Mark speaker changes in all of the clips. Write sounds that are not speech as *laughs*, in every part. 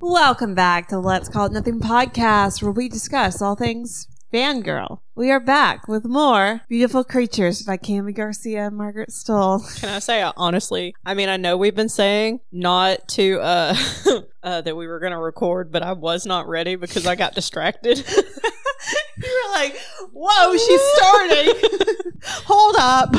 Speaker 1: Welcome back to Let's Call It Nothing podcast, where we discuss all things fangirl. We are back with more beautiful creatures by Cami Garcia and Margaret Stoll. *laughs*
Speaker 2: Can I say uh, honestly? I mean, I know we've been saying not to uh, *laughs* uh that we were going to record, but I was not ready because I got distracted.
Speaker 1: *laughs* You were like, "Whoa, she's
Speaker 2: *laughs*
Speaker 1: starting! Hold up!"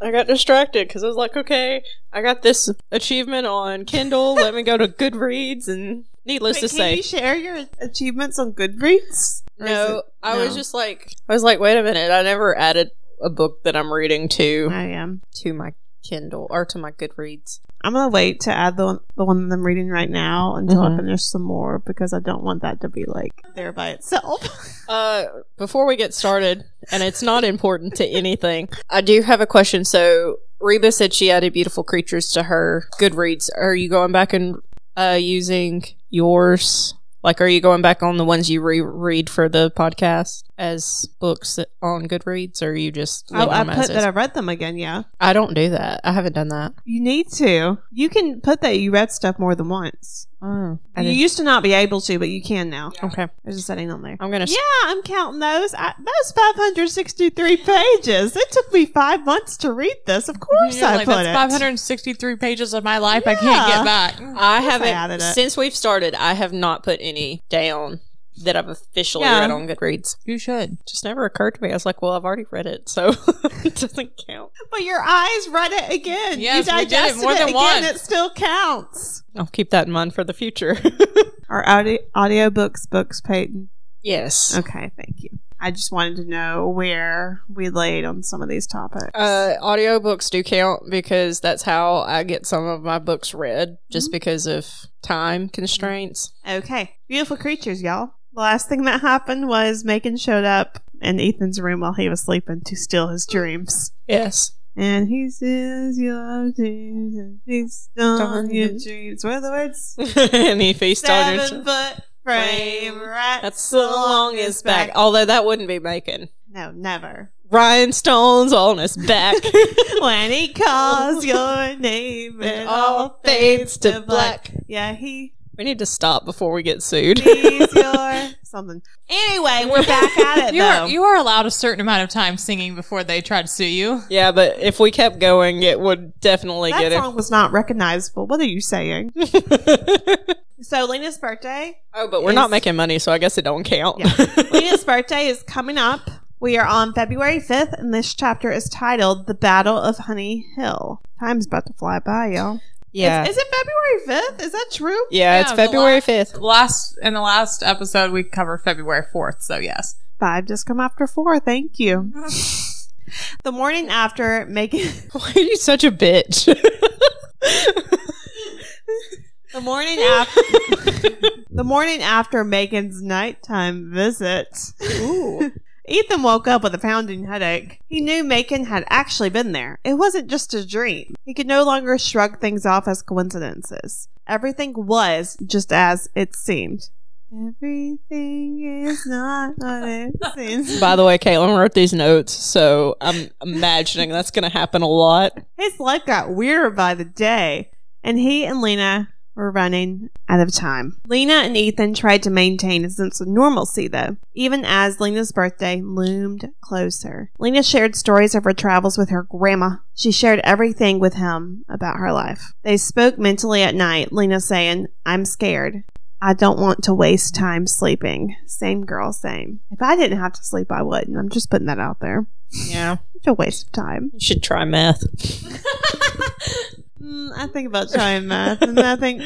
Speaker 2: I got distracted because I was like, okay, I got this achievement on Kindle. Let me go to Goodreads, and needless
Speaker 1: Wait,
Speaker 2: to
Speaker 1: can
Speaker 2: say,
Speaker 1: you share your achievements on Goodreads? Or is
Speaker 2: no,
Speaker 1: it-
Speaker 2: I
Speaker 1: no.
Speaker 2: was just like, I was like, wait a minute, I never added a book that I'm reading to
Speaker 1: I am.
Speaker 2: to my Kindle or to my Goodreads.
Speaker 1: I'm gonna wait to add the the one that I'm reading right now until I
Speaker 2: Mhm.
Speaker 1: finish some more because I don't want that to be like there by itself.
Speaker 2: *laughs* Uh, before we get started, and it's not important to anything, I do have a question. So Reba said she added beautiful creatures to her Goodreads. Are you going back and uh, using yours? Like, are you going back on the ones you reread for the podcast as books on Goodreads, or are you just?
Speaker 1: Oh,
Speaker 2: leaving
Speaker 1: I
Speaker 2: them as
Speaker 1: put that I
Speaker 2: is?
Speaker 1: read them again. Yeah,
Speaker 2: I don't do that. I haven't done that.
Speaker 1: you need to. You can put that you read stuff more than once.
Speaker 2: Oh, I
Speaker 1: You
Speaker 2: didn't-
Speaker 1: used to not be able to, but you can now.
Speaker 2: okay.
Speaker 1: There's a setting on there.
Speaker 3: Oh,
Speaker 2: I'm gonna. s-
Speaker 1: Yeah, I'm counting those. I, those 563 pages. It took me five months to read this. Of course,
Speaker 3: You're
Speaker 1: I
Speaker 3: like,
Speaker 1: put
Speaker 3: That's
Speaker 1: it.
Speaker 3: 563 pages of my life I can't
Speaker 1: Yeah.
Speaker 3: get back.
Speaker 2: I
Speaker 3: *laughs*
Speaker 1: course I
Speaker 2: haven't
Speaker 1: added it.
Speaker 2: since we've started. I have not put any down that I've officially
Speaker 1: Yeah.
Speaker 2: read on Goodreads.
Speaker 3: You should.
Speaker 2: just never occurred to me. I was like, well, I've already read it, so *laughs* it doesn't count.
Speaker 1: But your eyes read it again.
Speaker 3: Yes,
Speaker 1: you
Speaker 3: we did it
Speaker 1: digested
Speaker 3: more than
Speaker 1: again.
Speaker 3: once.
Speaker 1: It still counts.
Speaker 2: I'll keep that in mind for the future. *laughs*
Speaker 1: Our audi- audiobooks books, Peyton.
Speaker 2: yes.
Speaker 1: Okay, thank you. I just wanted to know where we laid on some of these topics.
Speaker 2: Uh, audiobooks do count because that's how I get some of my books read, just
Speaker 1: Mhm.
Speaker 2: because of time constraints.
Speaker 1: Okay. Beautiful creatures, y'all. The last thing that happened was Macon showed up in Ethan's room while he was sleeping to steal his dreams.
Speaker 2: Yes.
Speaker 1: And he steals your dreams and feasts on
Speaker 2: Darn
Speaker 1: your
Speaker 2: it.
Speaker 1: dreams. What are the words?
Speaker 2: *laughs* and E he feast on your
Speaker 1: Seven foot frame rat.
Speaker 2: That's the longest back. Although that wouldn't be Macon.
Speaker 1: No, never.
Speaker 2: Rhinestones on his back.
Speaker 1: when he *laughs* calls your name and all fades to black. Yeah, he *laughs*
Speaker 2: We need to stop before we get sued.
Speaker 1: sees *laughs* your something. Anyway, we're back at *laughs*
Speaker 3: *laughs*
Speaker 1: it
Speaker 3: You
Speaker 1: though.
Speaker 3: are, you are allowed a certain amount of time singing before they try to sue you.
Speaker 2: *laughs* Yeah, but if we kept going, it would definitely
Speaker 1: that
Speaker 2: get
Speaker 1: song was not recognizable. What are you
Speaker 2: *laughs*
Speaker 1: saying?
Speaker 2: it.
Speaker 1: So Lena's birthday.
Speaker 2: oh, but we're not
Speaker 1: It's-
Speaker 2: making money, so I guess it don't count. *laughs*
Speaker 1: Lena's birthday is coming up. We are on February 5th, and this chapter is titled The Battle of Honey Hill. Time's about to fly by, y'all.
Speaker 2: yeah,
Speaker 1: Is, is it February 5th? Is that true?
Speaker 2: yeah, it's
Speaker 3: Yeah, the
Speaker 2: February
Speaker 3: last-
Speaker 2: fifth. *laughs*
Speaker 3: Last in the last episode, we covered February 4th, so yes.
Speaker 1: Five just come after four. Thank
Speaker 2: *laughs*
Speaker 1: you. the morning after, Megan. *laughs*
Speaker 2: Why are you such a bitch? *laughs*
Speaker 1: The
Speaker 2: *laughs*
Speaker 1: morning after. *laughs* the morning after Megan's nighttime visit.
Speaker 2: Ooh.
Speaker 1: Ethan woke up with a pounding headache. He knew Macon had actually been there. It wasn't just a dream. He could no longer shrug things off as coincidences. Everything was just as it seemed. Everything is not what it seems.
Speaker 2: By the way, Caitlin wrote these notes, so I'm imagining that's going to happen a lot.
Speaker 1: His life got weirder by the day, and he and Lena were running out of time. Lena and Ethan tried to maintain a sense of normalcy, though, even as Lena's birthday loomed closer. Lena shared stories of her travels with her grandma. She shared everything with him about her life. They spoke mentally at night, Lena saying, I'm scared. I don't want to waste time sleeping. Same girl, same. If I didn't have to sleep, I wouldn't. I'm just putting that out there.
Speaker 2: Yeah,
Speaker 1: It's a waste of time.
Speaker 2: you should try math.
Speaker 1: Mm, I think about trying math, and I *laughs* think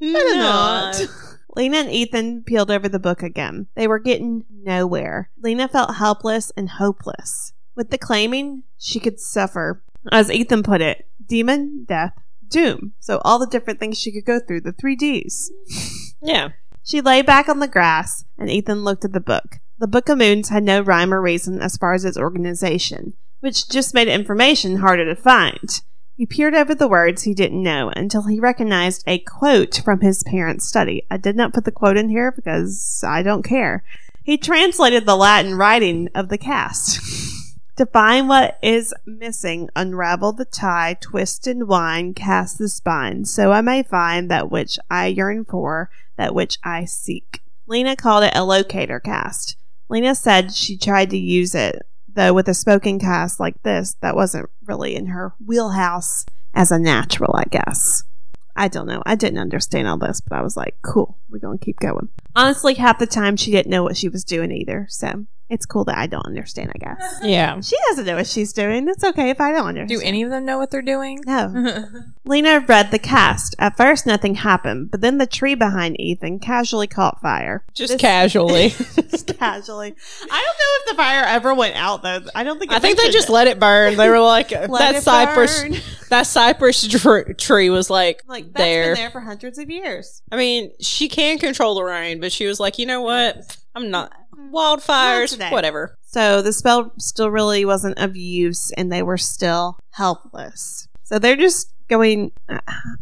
Speaker 1: better not. *laughs* Lena and Ethan peeled over the book again. They were getting nowhere. Lena felt helpless and hopeless. With the claiming, she could suffer, as Ethan put it, demon, death, doom. So all the different things she could go through, the three Ds.
Speaker 2: Yeah,
Speaker 1: She lay back on the grass, and Ethan looked at the book. The Book of Moons had no rhyme or reason as far as its organization, which just made information harder to find. He peered over the words he didn't know until he recognized a quote from his parents' study. I did not put the quote in here because I don't care. He translated the Latin writing of the cast. *laughs* To find what is missing, unravel the tie, twist and wind, cast the spine, so I may find that which I yearn for, that which I seek. Lena called it a locator cast. Lena said she tried to use it, though with a spoken cast like this, that wasn't really in her wheelhouse as a natural, I guess. I don't know. I didn't understand all this, but I was like, cool, we're going to keep going. Honestly, half the time she didn't know what she was doing either, so it's cool that I don't understand, I
Speaker 2: *laughs*
Speaker 1: guess.
Speaker 2: Yeah.
Speaker 1: She doesn't know what she's doing. It's okay if I don't understand.
Speaker 3: Do any of them know what they're doing?
Speaker 1: No. Lena read the cast. At first, nothing happened, but then the tree behind Ethan casually caught fire.
Speaker 2: *laughs*
Speaker 1: *laughs*
Speaker 2: Just casually. *laughs*
Speaker 1: just casually. I don't know if the fire ever went out, though. I don't think. it
Speaker 2: I think they
Speaker 1: mentioned
Speaker 2: just
Speaker 1: it.
Speaker 2: let it burn. They were like,
Speaker 1: Let
Speaker 2: that
Speaker 1: it
Speaker 2: cypress, *laughs*
Speaker 1: burn.
Speaker 2: that cypress dr- tree was like,
Speaker 1: Like that's been
Speaker 2: there.
Speaker 1: there for hundreds of years.
Speaker 2: I mean, she can control the rain, but she was like, you know what? I'm not
Speaker 1: Not
Speaker 2: wildfires,
Speaker 1: today. *laughs*
Speaker 2: whatever.
Speaker 1: So the spell still really wasn't of use, and they were still helpless. So they're just going. uh,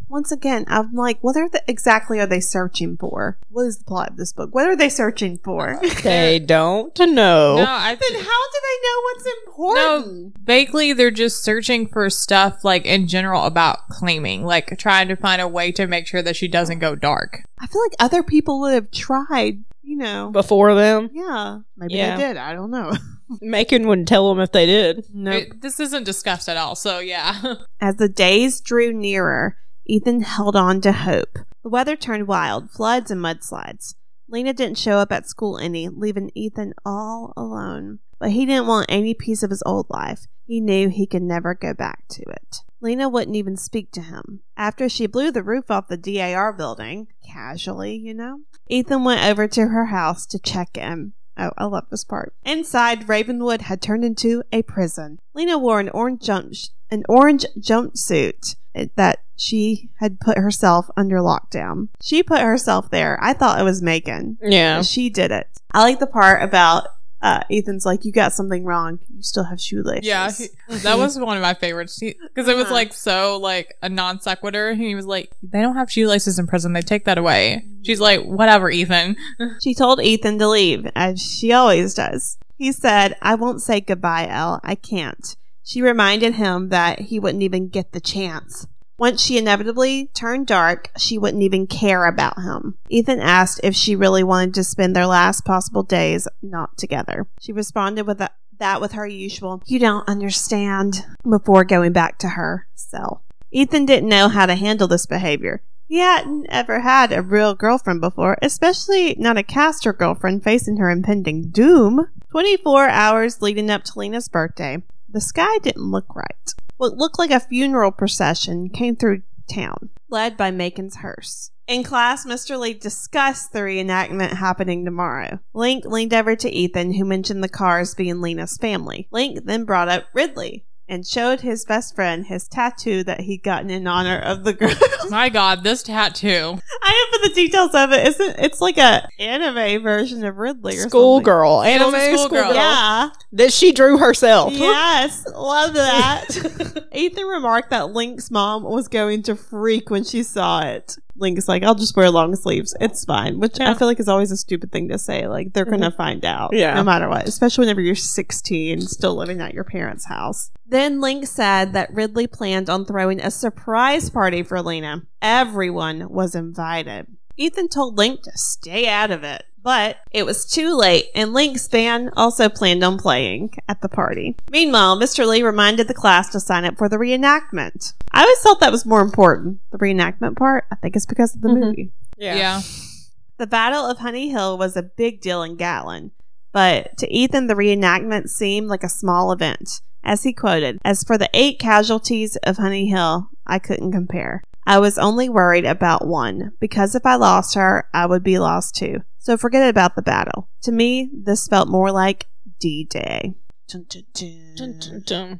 Speaker 1: once again, I'm like, what are the, exactly are they searching for? What is the plot of this book? What are they searching for?
Speaker 2: They don't know.
Speaker 3: No, I
Speaker 1: then how do they
Speaker 3: think
Speaker 1: know what's
Speaker 3: no.
Speaker 1: important?
Speaker 3: Vaguely, they're just searching for stuff like in general about claiming, like trying to find a way to make sure that she doesn't go dark.
Speaker 1: I feel like other people would have tried, you know.
Speaker 2: Before them,
Speaker 1: yeah, maybe
Speaker 2: Yeah.
Speaker 1: they did. I don't know.
Speaker 2: Macon wouldn't tell them if they did.
Speaker 1: No.
Speaker 3: It- this isn't discussed at all. So yeah, *laughs*
Speaker 1: As the days drew nearer, Ethan held on to hope. The weather turned wild, floods and mudslides. Lena didn't show up at school any, leaving Ethan all alone. But he didn't want any piece of his old life. He knew he could never go back to it. Lena wouldn't even speak to him. After she blew the roof off the DAR building, casually, you know, Ethan went over to her house to check in. Oh, I love this part. Inside, Ravenwood had turned into a prison. Lena wore an orange jump an orange jumpsuit that she had put herself under lockdown. She put herself there. I thought it was Megan.
Speaker 2: Yeah.
Speaker 1: She did it. I like the part about uh, Ethan's like, "You got something wrong. You still have shoelaces."
Speaker 3: yeah, he- that was one of my favorites because it was
Speaker 1: Uh-huh.
Speaker 3: like so like a non sequitur. He was like, "They don't have shoelaces in prison. They take that away." She's like, "Whatever, *laughs* Ethan."
Speaker 1: *laughs* She told Ethan to leave, as she always does. He said, I won't say goodbye, Elle. I can't. She reminded him that he wouldn't even get the chance. Once she inevitably turned dark, she wouldn't even care about him. Ethan asked if she really wanted to spend their last possible days not together. She responded with a, that with her usual, you don't understand, before going back to her cell. Ethan didn't know how to handle this behavior. He hadn't ever had a real girlfriend before, especially not a caster girlfriend facing her impending doom. 24 hours leading up to Lena's birthday, the sky didn't look right. What looked like a funeral procession came through town, led by Macon's hearse. In class, Mr. Lee discussed the reenactment happening tomorrow. Link leaned over to Ethan, who mentioned the cars being Lena's family. Link then brought up Ridley and showed his best friend his tattoo that he'd gotten in honor of the girl.
Speaker 3: my God, this tattoo.
Speaker 1: I have for the details of it. Isn't it's like a anime version of Ridley or something.
Speaker 2: Schoolgirl, anime
Speaker 3: Schoolgirl.
Speaker 2: schoolgirl
Speaker 1: Yeah.
Speaker 2: that she drew herself.
Speaker 1: Yes. Love
Speaker 2: *laughs*
Speaker 1: that. Ethan remarked that Link's mom was going to freak when she saw it. Link's like, I'll just wear long sleeves. It's fine. Which I feel like is always a stupid thing to say. Like they're gonna find out.
Speaker 2: Mm-hmm. Yeah.
Speaker 1: No matter what. Especially whenever you're sixteen, still living at your parents' house. Then Link said that Ridley planned on throwing a surprise party for Lena. Everyone was invited. Ethan told Link to stay out of it, but it was too late, and Link's band also planned on playing at the party. Meanwhile, Mr. Lee reminded the class to sign up for the reenactment. I always thought that was more important, the reenactment part. I think it's because of the
Speaker 2: Mhm.
Speaker 1: movie.
Speaker 2: *laughs* Yeah.
Speaker 3: yeah.
Speaker 1: The Battle of Honey Hill was a big deal in Gatlin, but to Ethan, the reenactment seemed like a small event. As he quoted, As for the eight casualties of Honey Hill, I couldn't compare. I was only worried about one, because if I lost her, I would be lost too. So forget about the battle. To me, this felt more like D Day.
Speaker 2: Dun, dun, dun.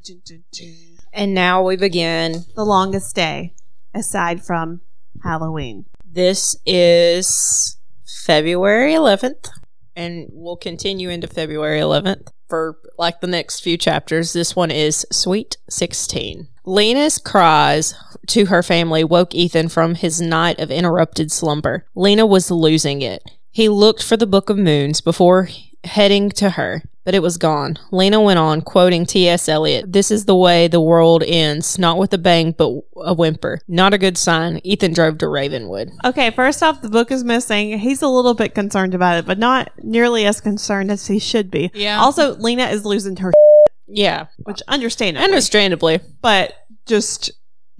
Speaker 2: And now we begin.
Speaker 1: The longest day, aside from Halloween.
Speaker 2: This is February 11th, and we'll continue into February 11th for like the next few chapters. This one is Sweet 16. Lena's cries to her family woke Ethan from his night of interrupted slumber. Lena was losing it. He looked for the Book of Moons before heading to her, but it was gone. Lena went on, quoting T.S. Eliot This is the way the world ends, not with a bang, but a whimper. Not a good sign. Ethan drove to Ravenwood.
Speaker 1: Okay, first off, the book is missing. He's a little bit concerned about it, but not nearly as concerned as he should be.
Speaker 3: Yeah.
Speaker 1: Also, Lena is losing her, *laughs*
Speaker 2: Yeah,
Speaker 1: which understandable,
Speaker 2: understandably.
Speaker 1: but just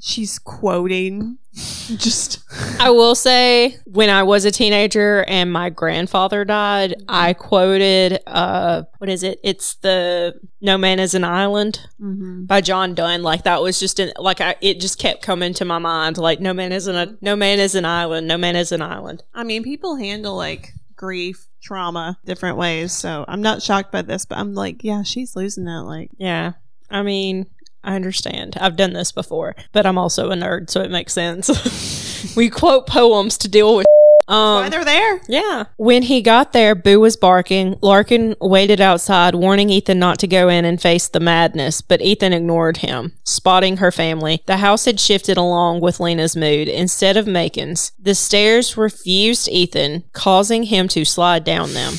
Speaker 1: she's quoting. *laughs* Just
Speaker 2: I will say, when I was a teenager and my grandfather died, I quoted, uh, what is it? It's the No Man is an Island
Speaker 1: mm-hmm.
Speaker 2: by John Donne. Like that was just an, like I, it just kept coming to my mind. Like No Man is an No Man is an Island. No Man is an Island.
Speaker 1: I mean, people handle like grief, trauma different ways. So I'm not shocked by this, but I'm like, yeah, she's losing that. Like,
Speaker 2: Yeah, I mean, I understand. I've done this before, but I'm also a nerd, so it makes sense. *laughs* we quote poems to deal with. Um,
Speaker 1: why they're there?
Speaker 2: Yeah. When he got there, Boo was barking. Larkin waited outside, warning Ethan not to go in and face the madness, but Ethan ignored him, spotting her family. The house had shifted along with Lena's mood instead of Macon's. The stairs refused Ethan, causing him to slide down them.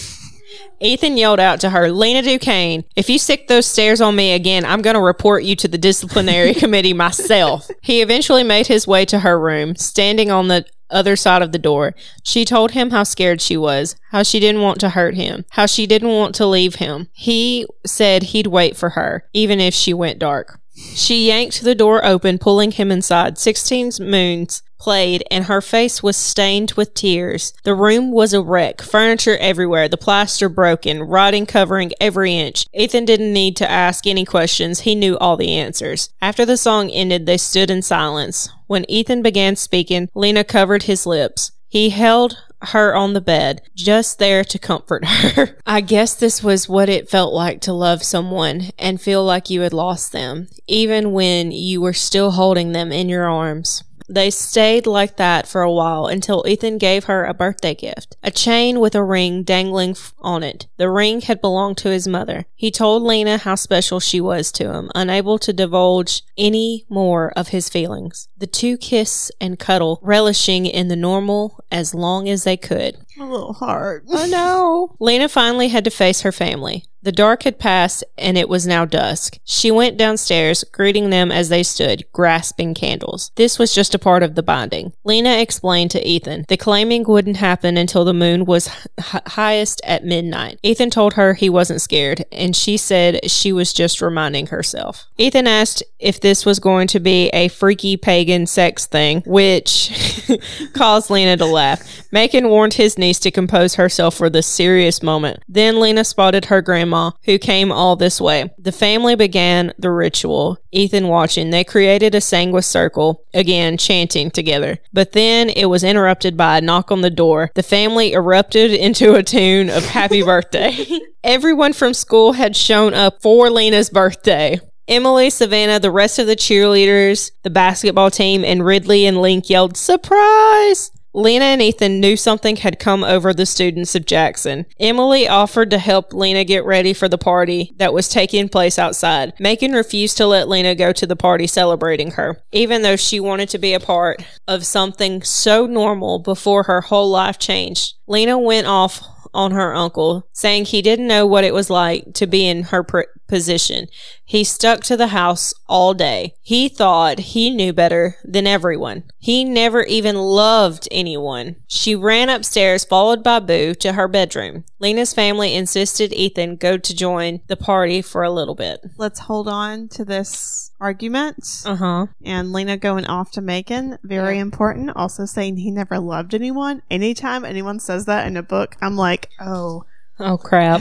Speaker 2: Ethan yelled out to her, Lena Duquesne, if you stick those stairs on me again, I'm going to report you to the disciplinary *laughs* committee myself. He eventually made his way to her room, standing on the other side of the door. She told him how scared she was, how she didn't want to hurt him, how she didn't want to leave him. He said he'd wait for her, even if she went dark. She yanked the door open, pulling him inside. Sixteen moons played, and her face was stained with tears. The room was a wreck, furniture everywhere, the plaster broken, writing covering every inch. Ethan didn't need to ask any questions, he knew all the answers. After the song ended, they stood in silence. When Ethan began speaking, Lena covered his lips. He held her on the bed, just there to comfort *laughs* her. I guess this was what it felt like to love someone and feel like you had lost them, even when you were still holding them in your arms. They stayed like that for a while until Ethan gave her a birthday gift a chain with a ring dangling f- on it. The ring had belonged to his mother. He told Lena how special she was to him, unable to divulge any more of his feelings. The two kiss and cuddle, relishing in the normal as long as they could.
Speaker 1: A little hard.
Speaker 2: Oh no. Lena finally had to face her family. The dark had passed and it was now dusk. She went downstairs, greeting them as they stood, grasping candles. This was just a part of the binding. Lena explained to Ethan the claiming wouldn't happen until the moon was h- h- highest at midnight. Ethan told her he wasn't scared, and she said she was just reminding herself. Ethan asked if this was going to be a freaky pagan sex thing, which *laughs* caused Lena to laugh. Macon warned his niece to compose herself for this serious moment. Then Lena spotted her grandma, who came all this way. The family began the ritual. Ethan watching. They created a sanguis circle, again chanting together. But then it was interrupted by a knock on the door. The family erupted into a tune of happy birthday. Everyone from school had shown up for Lena's birthday. Emily, Savannah, the rest of the cheerleaders, the basketball team, and Ridley and Link yelled, Surprise! Lena and Ethan knew something had come over the students of Jackson. Emily offered to help Lena get ready for the party that was taking place outside. Macon refused to let Lena go to the party celebrating her, even though she wanted to be a part of something so normal before her whole life changed. Lena went off on her uncle, saying he didn't know what it was like to be in her pr- position. He stuck to the house all day. He thought he knew better than everyone. He never even loved anyone. She ran upstairs, followed by Boo, to her bedroom. Lena's family insisted Ethan go to join the party for a little bit.
Speaker 1: *laughs* Let's hold on to this argument
Speaker 2: Uh huh.
Speaker 1: and Lena going off to Macon. Very
Speaker 2: Yeah.
Speaker 1: important. Also saying he never loved anyone. Anytime anyone says that in a book, I'm like, oh,
Speaker 2: Oh crap.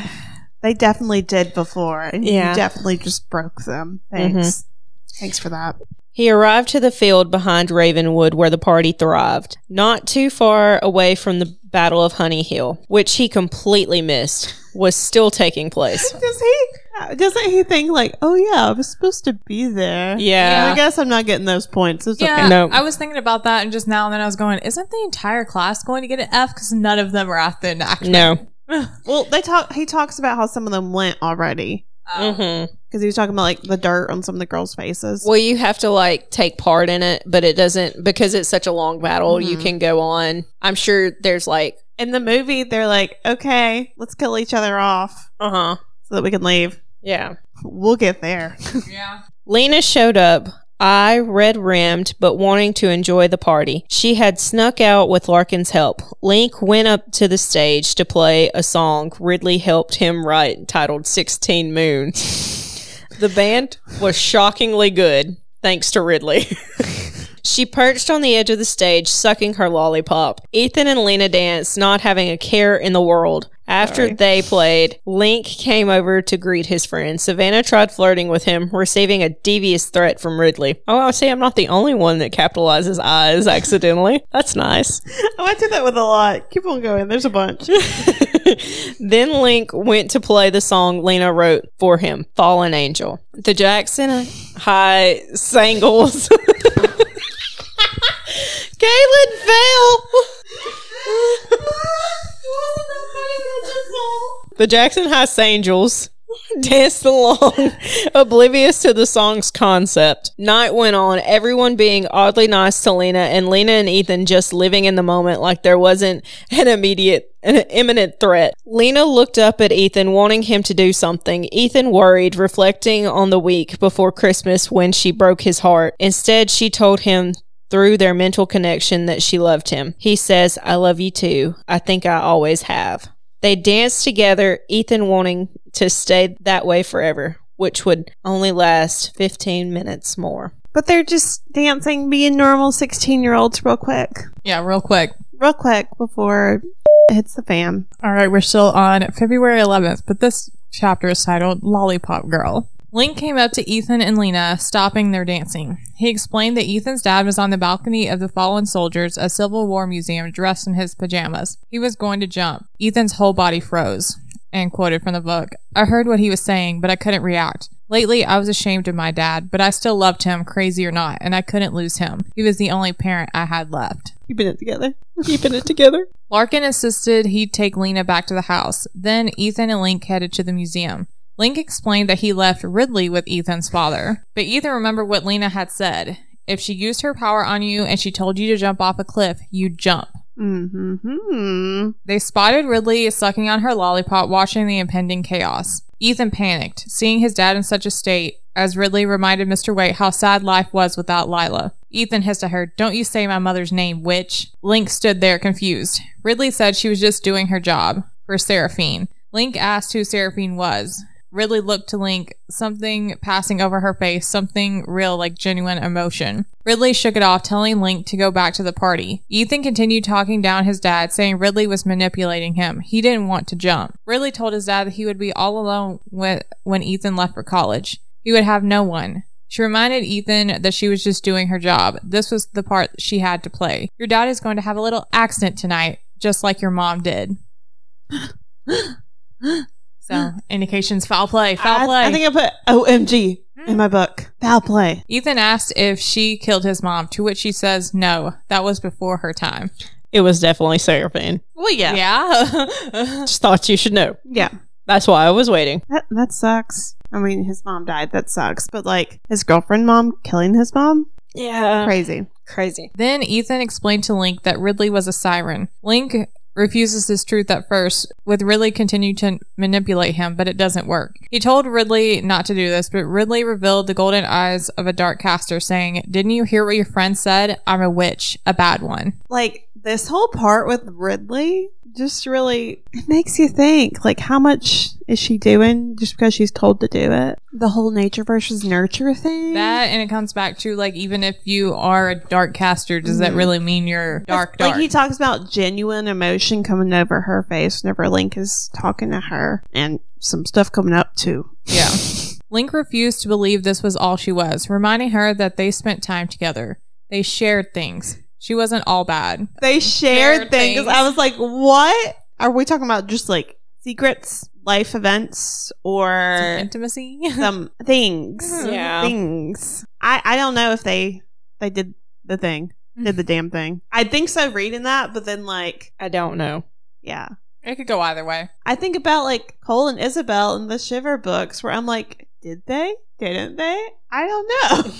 Speaker 1: they definitely did before, and
Speaker 2: Yeah.
Speaker 1: you definitely just broke them. Thanks. Thanks for that.
Speaker 2: He arrived to the field behind Ravenwood where the party thrived, not too far away from the Battle of Honey Hill, which he completely missed, was still taking place.
Speaker 1: Does he? uh, Doesn't he think like, oh yeah, I was supposed to be there?
Speaker 2: Yeah.
Speaker 1: I guess I'm not getting those points. It's
Speaker 3: Yeah,
Speaker 1: okay.
Speaker 2: No.
Speaker 3: I was thinking about that, and just now, and then I was going, "Isn't the entire class going to get an F? Because none of them are at the enactment."
Speaker 2: No.
Speaker 1: Well, they talk. He talks about how some of them went already
Speaker 3: Um,
Speaker 2: hmm
Speaker 1: because he was talking about like the dirt on some of the girls' faces.
Speaker 2: Well, you have to like take part in it, but it doesn't because it's such a long battle. You
Speaker 1: Mhm.
Speaker 2: can go on. I'm sure there's like,
Speaker 1: in the movie, they're like, okay, let's kill each other off.
Speaker 2: uh huh.
Speaker 1: so that we can leave.
Speaker 2: Yeah.
Speaker 1: We'll get *laughs* there.
Speaker 3: Yeah.
Speaker 2: Lena showed up, eye red rimmed, but wanting to enjoy the party. She had snuck out with Larkin's help. Link went up to the stage to play a song Ridley helped him write titled 16 Moons. the band was shockingly good, thanks to Ridley. *laughs* She perched on the edge of the stage, sucking her lollipop. Ethan and Lena danced, not having a care in the world. After
Speaker 1: Sorry.
Speaker 2: they played, Link came over to greet his friend. Savannah tried flirting with him, receiving a devious threat from Ridley. Oh, I see, I'm not the only one that capitalizes eyes accidentally. *laughs* That's nice.
Speaker 1: Oh, I did that with a lot. Keep on going. There's a bunch.
Speaker 2: then Link went to play the song Lena wrote for him, Fallen Angel. The Jackson High Singles. *laughs* Galen fell. the Jackson High Sangels danced along, *laughs* oblivious to the song's concept. Night went on, everyone being oddly nice to Lena, and Lena and Ethan just living in the moment like there wasn't an immediate, an imminent threat. Lena looked up at Ethan, wanting him to do something. Ethan worried, reflecting on the week before Christmas when she broke his heart. Instead, she told him through their mental connection that she loved him. He says, I love you too. I think I always have. They danced together, Ethan wanting to stay that way forever, which would only last 15 minutes more.
Speaker 1: *laughs* but they're just dancing, being normal 16 year olds real quick.
Speaker 3: Yeah, real quick.
Speaker 1: Real quick before *laughs* it hits the fan.
Speaker 3: All right, we're still on February 11th, but this chapter is titled Lollipop Girl. Link came up to Ethan and Lena, stopping their dancing. He explained that Ethan's dad was on the balcony of the Fallen Soldiers, a Civil War museum, dressed in his pajamas. He was going to jump. Ethan's whole body froze and quoted from the book I heard what he was saying, but I couldn't react. Lately, I was ashamed of my dad, but I still loved him, crazy or not, and I couldn't lose him. He was the only parent I had left.
Speaker 1: Keeping it together.
Speaker 2: Keeping it together.
Speaker 3: Larkin insisted he take Lena back to the house. Then Ethan and Link headed to the museum. Link explained that he left Ridley with Ethan's father. But Ethan remembered what Lena had said. If she used her power on you and she told you to jump off a cliff, you jump.
Speaker 1: Mm-hmm.
Speaker 3: They spotted Ridley sucking on her lollipop, watching the impending chaos. Ethan panicked, seeing his dad in such a state, as Ridley reminded Mr. Waite how sad life was without Lila. Ethan hissed at her, Don't you say my mother's name, witch. Link stood there confused. Ridley said she was just doing her job for Seraphine. Link asked who Seraphine was. Ridley looked to Link, something passing over her face, something real like genuine emotion. Ridley shook it off, telling Link to go back to the party. Ethan continued talking down his dad, saying Ridley was manipulating him. He didn't want to jump. Ridley told his dad that he would be all alone with, when Ethan left for college. He would have no one. She reminded Ethan that she was just doing her job. This was the part she had to play. Your dad is going to have a little accident tonight, just like your mom did.
Speaker 1: *gasps*
Speaker 3: So, indications foul play, foul
Speaker 1: I,
Speaker 3: play.
Speaker 1: I think I put OMG in my book. Foul play.
Speaker 3: Ethan asked if she killed his mom, to which she says, no, that was before her time.
Speaker 2: It was definitely Seraphine.
Speaker 1: Well,
Speaker 3: Yeah. *laughs*
Speaker 2: Just thought you should know.
Speaker 1: Yeah.
Speaker 2: That's why I was waiting.
Speaker 1: That, that sucks. I mean, his mom died. That sucks. But, like, his girlfriend mom killing his mom?
Speaker 2: Yeah.
Speaker 1: Crazy.
Speaker 2: Crazy.
Speaker 3: then Ethan explained to Link that Ridley was a siren. Link refuses this truth at first, with Ridley continuing to manipulate him, but it doesn't work. He told Ridley not to do this, but Ridley revealed the golden eyes of a dark caster, saying, Didn't you hear what your friend said? I'm a witch, a bad one.
Speaker 1: Like, this whole part with Ridley just really it makes you think, like, how much is she doing just because she's told to do it? The whole nature versus nurture thing?
Speaker 3: That and it comes back to like even if you are a dark caster, does that
Speaker 1: Mhm.
Speaker 3: really mean you're dark? dark?
Speaker 1: Like he *laughs* talks about genuine emotion coming over her face whenever Link is talking to her, and some stuff coming up too.
Speaker 3: *laughs* Yeah. Link refused to believe this was all she was, reminding her that they spent time together. They shared things. She wasn't all bad.
Speaker 1: They shared
Speaker 3: Shared
Speaker 1: things.
Speaker 3: things.
Speaker 1: I was like, what? Are we talking about just like secrets, life events,
Speaker 3: Some
Speaker 1: or
Speaker 3: intimacy. *laughs*
Speaker 1: some things?
Speaker 2: Yeah.
Speaker 1: Things. I, I don't know if they they did the thing, did the damn thing. I think so reading that, but then like,
Speaker 2: I don't know.
Speaker 1: yeah.
Speaker 3: it could go either way.
Speaker 1: I think about like Cole and Isabel in the Shiver books, where I'm like, did they? Didn't they? I don't know.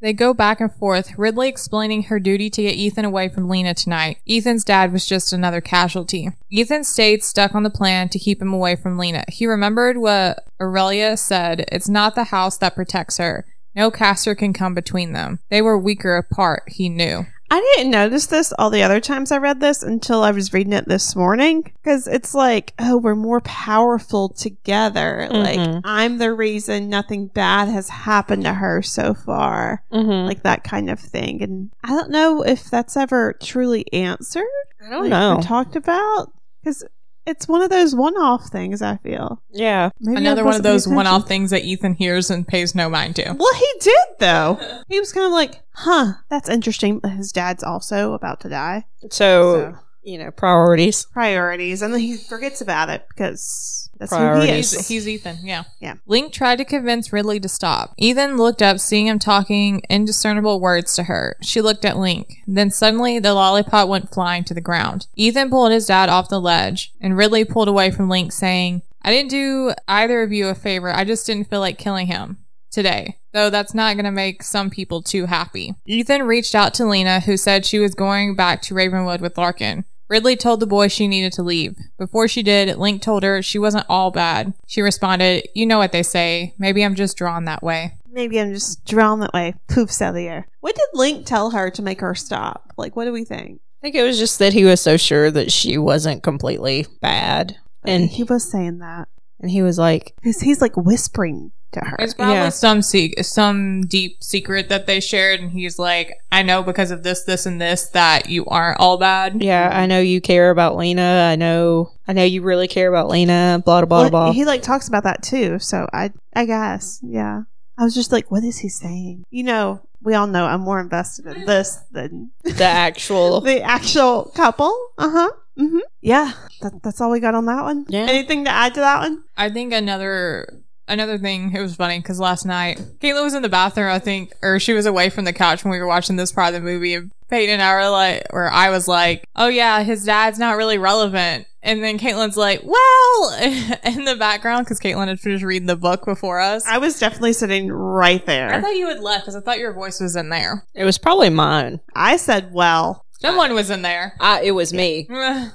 Speaker 3: They go back and forth, Ridley explaining her duty to get Ethan away from Lena tonight. Ethan's dad was just another casualty. Ethan stayed stuck on the plan to keep him away from Lena. He remembered what Aurelia said it's not the house that protects her. No caster can come between them. They were weaker apart, he knew.
Speaker 1: I didn't notice this all the other times I read this until I was reading it this morning because it's like, oh, we're more powerful together.
Speaker 2: Mhm.
Speaker 1: Like, I'm the reason nothing bad has happened to her so far,
Speaker 2: Mm-hmm.
Speaker 1: like that kind of thing. And I don't know if that's ever truly answered.
Speaker 2: I
Speaker 1: like, or Talked about because it's one of those one off things, I feel.
Speaker 2: Yeah.
Speaker 1: Maybe I
Speaker 3: Another one
Speaker 1: wasn't
Speaker 3: of
Speaker 1: paying
Speaker 3: those one off
Speaker 1: attention.
Speaker 3: things that Ethan hears and pays no mind to.
Speaker 1: Well, he did,
Speaker 3: *laughs*
Speaker 1: though. He was kind of like, huh, that's interesting. But his dad's also about to die.
Speaker 2: So, you know, priorities.
Speaker 1: priorities and then he forgets about it because that's who he
Speaker 2: Priorities.
Speaker 1: is.
Speaker 3: He's, he's Ethan, yeah.
Speaker 1: Yeah.
Speaker 3: Link tried to convince Ridley to stop. Ethan looked up, seeing him talking indiscernible words to her. She looked at Link. Then suddenly, the lollipop went flying to the ground. Ethan pulled his dad off the ledge, and Ridley pulled away from Link, saying, I didn't do either of you a favor. I just didn't feel like killing him today, though that's not going to make some people too happy. Ethan reached out to Lena, who said she was going back to Ravenwood with Larkin. Ridley told the boy she needed to leave. Before she did, Link told her she wasn't all bad. She responded, You know what they say. Maybe I'm just drawn that way.
Speaker 1: Maybe I'm just drawn that way. Poofs out of the air. What did Link tell her to make her stop? Like, what do we think?
Speaker 2: I think it was just that he was so sure that she wasn't completely bad. And
Speaker 1: he
Speaker 2: he,
Speaker 1: was saying that
Speaker 2: and he was like,
Speaker 1: 'Cause he's like whispering to her.
Speaker 3: It's probably
Speaker 2: Yeah.
Speaker 3: some se- some deep secret that they shared, and he's like, I know because of this, this, and this that you aren't all bad.
Speaker 2: Yeah, I know you care about Lena. I know I know you really care about Lena, blah blah
Speaker 1: Well, *laughs*
Speaker 2: blah.
Speaker 1: He like talks about that too. So I, I guess, yeah. I was just like, what is he saying? You know, we all know I'm more invested in this than
Speaker 2: the actual
Speaker 1: the actual couple. Uh huh. hmm Yeah, that, that's all we got on that one.
Speaker 2: Yeah.
Speaker 1: Anything to add to that one?
Speaker 3: I think another another thing it was funny because last night Caitlin was in the bathroom, I think, or she was away from the couch when we were watching this part of the movie. And Peyton and I were like, or I was like, oh yeah, his dad's not really relevant. And then Caitlin's like, well, *laughs* in the background because Caitlin had finished reading the book before us. I,
Speaker 1: I was definitely sitting right there.
Speaker 3: thought you had left because I thought your voice was in there.
Speaker 2: It was probably mine.
Speaker 1: I said, well,
Speaker 3: Someone was in there. *sighs*
Speaker 2: I it was me.
Speaker 1: I've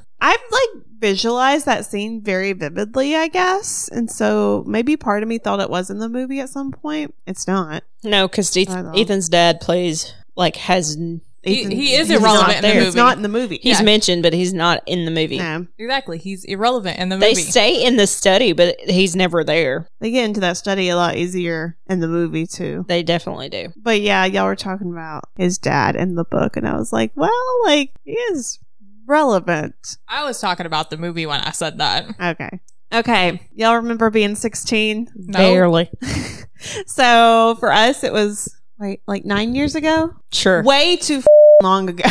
Speaker 1: like visualized that scene very vividly, I guess. And so maybe part of me thought it was in the movie at some point. It's not.
Speaker 2: No, cuz
Speaker 1: I know.
Speaker 2: Ethan's dad plays like has n-
Speaker 3: He-
Speaker 1: Ethan-
Speaker 3: he is
Speaker 1: he's
Speaker 3: irrelevant
Speaker 1: not
Speaker 3: in the
Speaker 1: there. It's
Speaker 3: movie.
Speaker 1: not in the movie.
Speaker 2: he's
Speaker 3: Yeah.
Speaker 2: mentioned but he's not in the movie.
Speaker 1: No.
Speaker 3: exactly. He's irrelevant in the
Speaker 2: They
Speaker 3: movie.
Speaker 2: say in the study but he's never there.
Speaker 1: They get into that study a lot easier in the movie, too.
Speaker 2: They definitely do.
Speaker 1: But yeah, y'all were talking about his dad in the book. And I was like, well, like, he is relevant.
Speaker 3: I was talking about the movie when I said that.
Speaker 1: Okay. Okay. Y'all remember being 16?
Speaker 3: No.
Speaker 2: Barely.
Speaker 1: so for us, it was, wait, like nine years ago?
Speaker 2: Sure.
Speaker 1: way too f- long ago.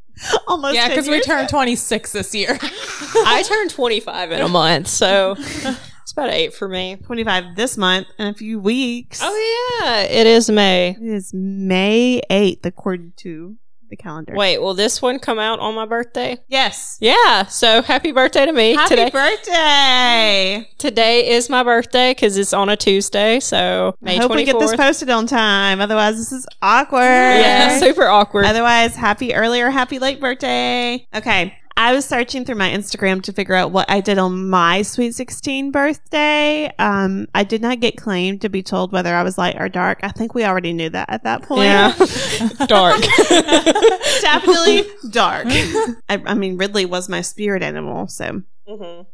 Speaker 1: *laughs* Almost.
Speaker 3: Yeah,
Speaker 1: 10
Speaker 3: because we
Speaker 1: years.
Speaker 3: turned 26 this year. *laughs*
Speaker 2: I turned 25 in a month, so it's about 8 for me.
Speaker 1: 25 this month in a few weeks.
Speaker 2: Oh yeah, it is May.
Speaker 1: It is May 8th, according to the calendar.
Speaker 2: Wait, will this one come out on my birthday?
Speaker 1: Yes.
Speaker 2: Yeah, so happy birthday to me
Speaker 1: Happy
Speaker 2: today.
Speaker 1: birthday.
Speaker 2: today is my birthday because it's on a Tuesday, so May
Speaker 1: I hope we
Speaker 2: twenty
Speaker 1: get this
Speaker 2: fourth.
Speaker 1: posted on time. Otherwise, this is awkward.
Speaker 2: Yeah, super awkward.
Speaker 1: Otherwise, happy early or happy late birthday. Okay. I was searching through my Instagram to figure out what I did on my sweet 16 birthday. Um, I did not get claimed to be told whether I was light or dark. I think we already knew that at that point.
Speaker 2: yeah, dark.
Speaker 1: *laughs* Definitely dark. *laughs* I, I mean, Ridley was my spirit animal. So
Speaker 2: Mhm.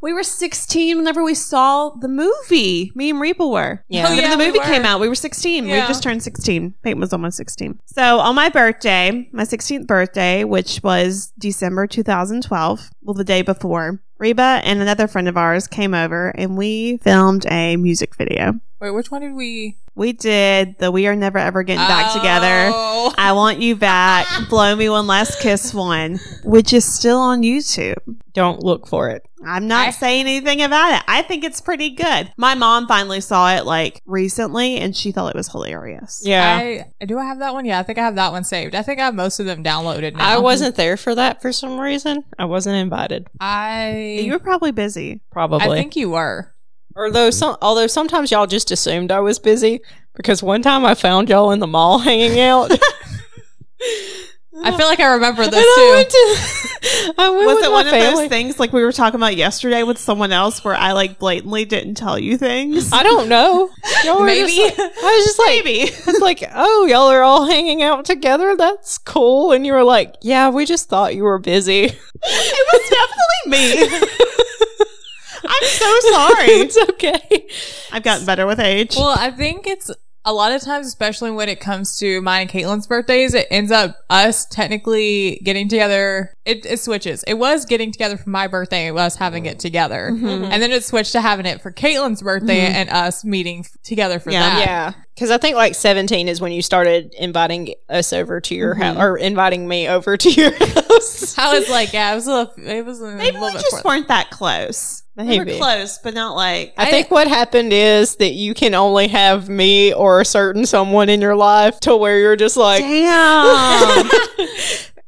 Speaker 1: we were 16 whenever we saw the movie. Me and Reaple were.
Speaker 2: Yeah.
Speaker 3: Oh, yeah.
Speaker 1: Whenever the movie
Speaker 3: we were.
Speaker 1: came out, we were 16.
Speaker 3: Yeah.
Speaker 1: We just turned 16. Peyton was almost 16. So on my birthday, my 16th birthday, which was December 2012, well, the day before, Reba and another friend of ours came over and we filmed a music video.
Speaker 3: Wait, which one did we?
Speaker 1: We did the We Are Never Ever Getting Back Together.
Speaker 3: Oh.
Speaker 1: I want you back. Blow me one last kiss one, which is still on YouTube.
Speaker 2: Don't look for it.
Speaker 1: I'm not
Speaker 3: I-
Speaker 1: saying anything about it. I think it's pretty good. My mom finally saw it like recently and she thought it was hilarious.
Speaker 2: Yeah,
Speaker 3: I do. I have that one. Yeah, I think I have that one saved. I think I have most of them downloaded now.
Speaker 2: I, wasn't there for that for some reason. I wasn't invited,
Speaker 3: I.
Speaker 1: You were probably busy.
Speaker 2: probably.
Speaker 3: I think you were.
Speaker 2: although some, although sometimes y'all just assumed I was busy Because one time I found y'all in the mall
Speaker 1: *laughs*
Speaker 2: hanging out.
Speaker 3: I feel like I remember
Speaker 2: And
Speaker 3: this
Speaker 2: I
Speaker 3: too.
Speaker 2: went to- *laughs* I went
Speaker 1: Was
Speaker 2: with
Speaker 1: it
Speaker 2: my
Speaker 1: one of
Speaker 2: family.
Speaker 1: those things like we were talking about yesterday with someone else where I like blatantly didn't tell you things?
Speaker 2: I don't know. Y'all were
Speaker 3: Maybe.
Speaker 2: just like- I was just like,
Speaker 1: Maybe.
Speaker 2: I was like, oh, y'all are all hanging out together. That's cool. And you were like, yeah, we just thought you were busy.
Speaker 1: it was definitely me. *laughs* I'm so sorry.
Speaker 2: *laughs* it's okay.
Speaker 1: I've gotten better with age.
Speaker 3: Well, I think it's a lot of times, especially when it comes to mine and Caitlin's birthdays, it ends up us technically getting together. It, it switches. It was getting together for my birthday and us having it together. And then it switched to having it for Caitlin's birthday and us meeting f- together for
Speaker 1: Yeah.
Speaker 3: that.
Speaker 2: Yeah. Because I think like 17 is when you started inviting us over to your house or inviting me over to your *laughs* house.
Speaker 3: I was like, yeah, it was a little, it was a
Speaker 1: Maybe
Speaker 3: little
Speaker 1: we
Speaker 3: bit
Speaker 1: just
Speaker 3: further.
Speaker 1: weren't that close. We
Speaker 2: Maybe.
Speaker 1: were close, but not like. *laughs*
Speaker 2: I think what happened is that you can only have me or a certain someone in your life to where you're just like,
Speaker 1: Damn.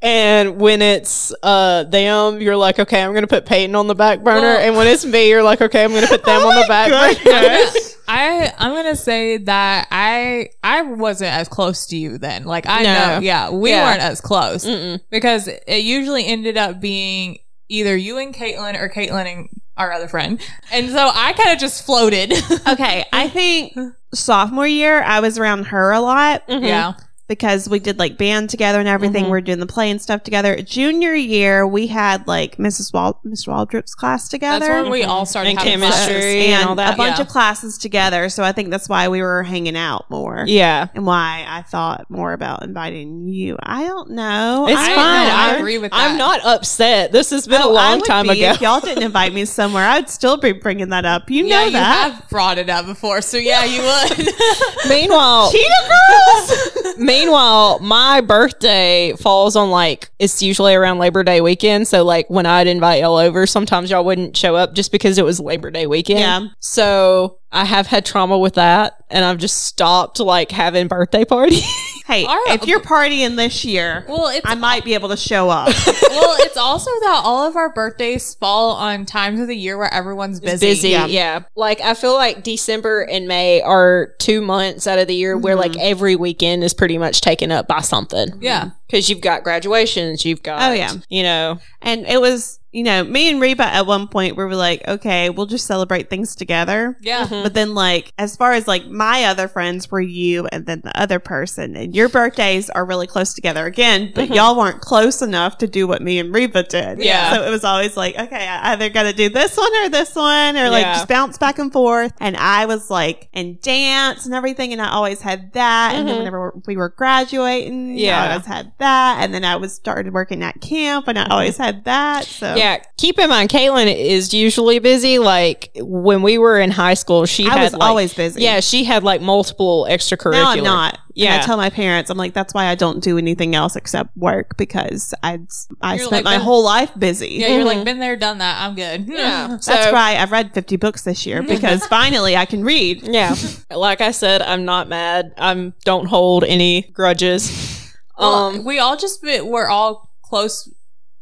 Speaker 2: and when it's uh them, you're like, okay, I'm gonna put Peyton on the back burner,
Speaker 3: Well-
Speaker 2: and when it's me, you're like, okay, I'm gonna *laughs* put them on the back burner. *laughs*
Speaker 1: Goodness.
Speaker 3: I I'm gonna say that I I wasn't as close to you then. Like
Speaker 2: No.
Speaker 3: I know, yeah, we
Speaker 2: Yeah.
Speaker 3: weren't as close
Speaker 2: Mm-mm.
Speaker 3: because it usually ended up being either you and Caitlin or Caitlin and our other friend, and so I kind of just floated.
Speaker 1: *laughs*
Speaker 3: *laughs*
Speaker 1: okay, I *laughs* think sophomore year I was around her a lot
Speaker 2: Mm-hmm.
Speaker 3: yeah,
Speaker 1: because we did like band together and everything. We were doing the play and stuff together. Junior year we had like Mrs. Wal- Mr. Waldrop's class together.
Speaker 3: that's when we all started
Speaker 2: And
Speaker 3: having
Speaker 2: chemistry.
Speaker 3: classes.
Speaker 2: and all that.
Speaker 1: a bunch
Speaker 3: Yeah.
Speaker 1: of classes together. So I think that's why we were hanging out more.
Speaker 2: Yeah,
Speaker 1: And why I thought more about inviting you. I don't know.
Speaker 2: it's
Speaker 1: I
Speaker 3: no,
Speaker 2: fine.
Speaker 1: don't
Speaker 3: I
Speaker 2: I'm-
Speaker 3: agree with
Speaker 2: I'm
Speaker 3: that.
Speaker 2: not upset. This has been
Speaker 1: Oh,
Speaker 2: a
Speaker 1: I
Speaker 2: long
Speaker 1: would
Speaker 2: time
Speaker 1: be
Speaker 2: ago.
Speaker 1: If y'all didn't invite me somewhere, I'd still be bringing that up. You
Speaker 3: Yeah,
Speaker 1: know
Speaker 3: you
Speaker 1: that.
Speaker 3: have brought it up before, so yeah, you would.
Speaker 2: *laughs* *laughs* meanwhile,
Speaker 1: Cheetah
Speaker 2: *laughs*
Speaker 1: girls.
Speaker 2: meanwhile, my birthday falls on like it's usually around Labor Day weekend. So like when I'd invite y'all over, sometimes y'all wouldn't show up just because it was Labor Day weekend.
Speaker 1: Yeah.
Speaker 2: So I have had trauma with that, and I've just stopped like having birthday parties.
Speaker 1: hey,
Speaker 3: All right.
Speaker 1: if you're partying this year,
Speaker 3: well, it's
Speaker 1: I might be able to show up.
Speaker 2: *laughs*
Speaker 3: well, it's also that all of our birthdays fall on times of the year where everyone's busy.
Speaker 2: Yeah. Like I feel like December and May are two months out of the year where
Speaker 1: Mm-hmm.
Speaker 2: like every weekend is pretty much taken up by something.
Speaker 3: Yeah.
Speaker 2: Because you've got graduations, you've got
Speaker 1: Oh, yeah.
Speaker 2: you know
Speaker 1: and it was, you know, me and Reba at one point we were like, okay, we'll just celebrate things together.
Speaker 3: Yeah.
Speaker 1: But then, like, as far as like my other friends were you and then the other person, and your birthdays are really close together again,
Speaker 2: Mm-hmm.
Speaker 1: but y'all weren't close enough to do what me and Reba did.
Speaker 2: Yeah.
Speaker 1: So it was always like, okay, I either got to do this one or this one, or like
Speaker 2: Yeah.
Speaker 1: just bounce back and forth. And I was like, and dance and everything. And I always had that. And then
Speaker 2: Mhm.
Speaker 1: whenever we were graduating, yeah.
Speaker 2: Yeah. Mm-hmm.
Speaker 1: I always had that. And then I was started working at camp and I always had that. So
Speaker 2: Yeah, keep in mind, Caitlin is usually busy. Like when we were in high school, she
Speaker 1: I
Speaker 2: had,
Speaker 1: was
Speaker 2: like-
Speaker 1: always busy.
Speaker 2: yeah, she had like multiple extracurricular.
Speaker 1: Now I'm not. Yeah.
Speaker 2: Yeah.
Speaker 1: I tell my parents, I'm like, that's why I don't do anything else except work because I I
Speaker 3: You're
Speaker 1: spent
Speaker 3: like
Speaker 1: my
Speaker 3: that-
Speaker 1: whole life busy.
Speaker 3: Yeah, you're like been there, done that. I'm good. *laughs*
Speaker 2: Yeah,
Speaker 1: *laughs*
Speaker 2: so,
Speaker 1: That's why I've read 50 books this year because finally I can read.
Speaker 2: Yeah, like I said, I'm not mad. I'm don't hold any grudges.
Speaker 3: Um,
Speaker 2: Um,
Speaker 3: we all just be- we're all close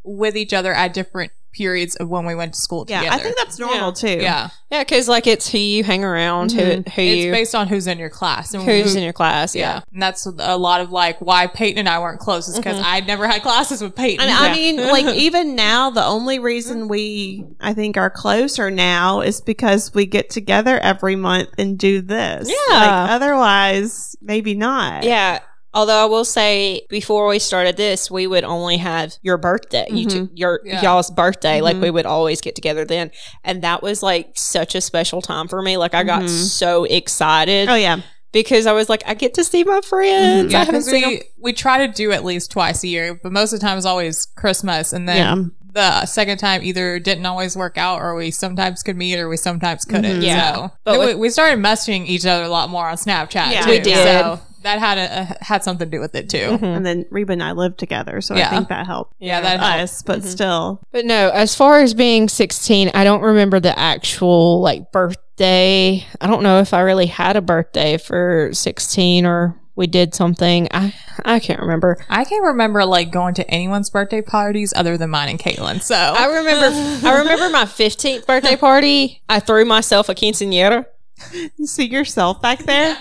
Speaker 3: with each other at different periods of when we went to school
Speaker 1: Yeah,
Speaker 3: together.
Speaker 1: I think that's normal too.
Speaker 3: yeah,
Speaker 2: yeah, because like it's who you hang around,
Speaker 1: mm-hmm.
Speaker 2: who who
Speaker 3: it's
Speaker 2: you
Speaker 3: based on who's in your class and
Speaker 2: who's
Speaker 3: who-
Speaker 2: in your class.
Speaker 3: yeah.
Speaker 2: Yeah,
Speaker 3: and that's a lot of like why Peyton and I weren't close is because I'd never had classes with Peyton.
Speaker 1: And
Speaker 2: Yeah.
Speaker 1: I mean,
Speaker 3: *laughs*
Speaker 1: like, even now, the only reason we, I think, are closer now is because we get together every month and do this.
Speaker 2: Yeah.
Speaker 1: Like, otherwise, maybe not.
Speaker 2: yeah. Although I will say, before we started this, we would only have your birthday, you t- your
Speaker 3: Yeah.
Speaker 2: y'all's birthday. Like
Speaker 1: Mhm.
Speaker 2: we would always get together then, and that was like such a special time for me. Like I got
Speaker 1: Mhm.
Speaker 2: so excited
Speaker 1: Oh, yeah.
Speaker 2: because I was like, I get to see my friends. I
Speaker 3: yeah,
Speaker 2: haven't
Speaker 3: because
Speaker 2: seen 'em.
Speaker 3: we, we try to do at least twice a year, but most of the time it's always Christmas, and
Speaker 1: Yeah.
Speaker 3: then hmm. the second time either didn't always work out, or we sometimes could meet, or we sometimes couldn't.
Speaker 1: Mhm.
Speaker 2: Yeah.
Speaker 3: so.
Speaker 2: But
Speaker 3: But we,
Speaker 2: with-
Speaker 3: we started messaging each other a lot more on Snapchat.
Speaker 1: Yeah.
Speaker 3: too,
Speaker 1: We
Speaker 2: did.
Speaker 3: So that had a, had something to do with it too.
Speaker 1: And then Reba and I live together. So
Speaker 3: Yeah.
Speaker 1: I think that helped
Speaker 3: Yeah, that helped. Mm-hmm.
Speaker 1: us, but still.
Speaker 2: But no, as far as being 16, I don't remember the actual like birthday. I don't know if I really had a birthday for 16 or we did something. I I can't remember.
Speaker 3: I can't remember like going to anyone's birthday parties other than mine and Caitlin. So
Speaker 2: I remember I remember my 15th birthday party. I threw myself a quinceañera.
Speaker 1: You see yourself back there?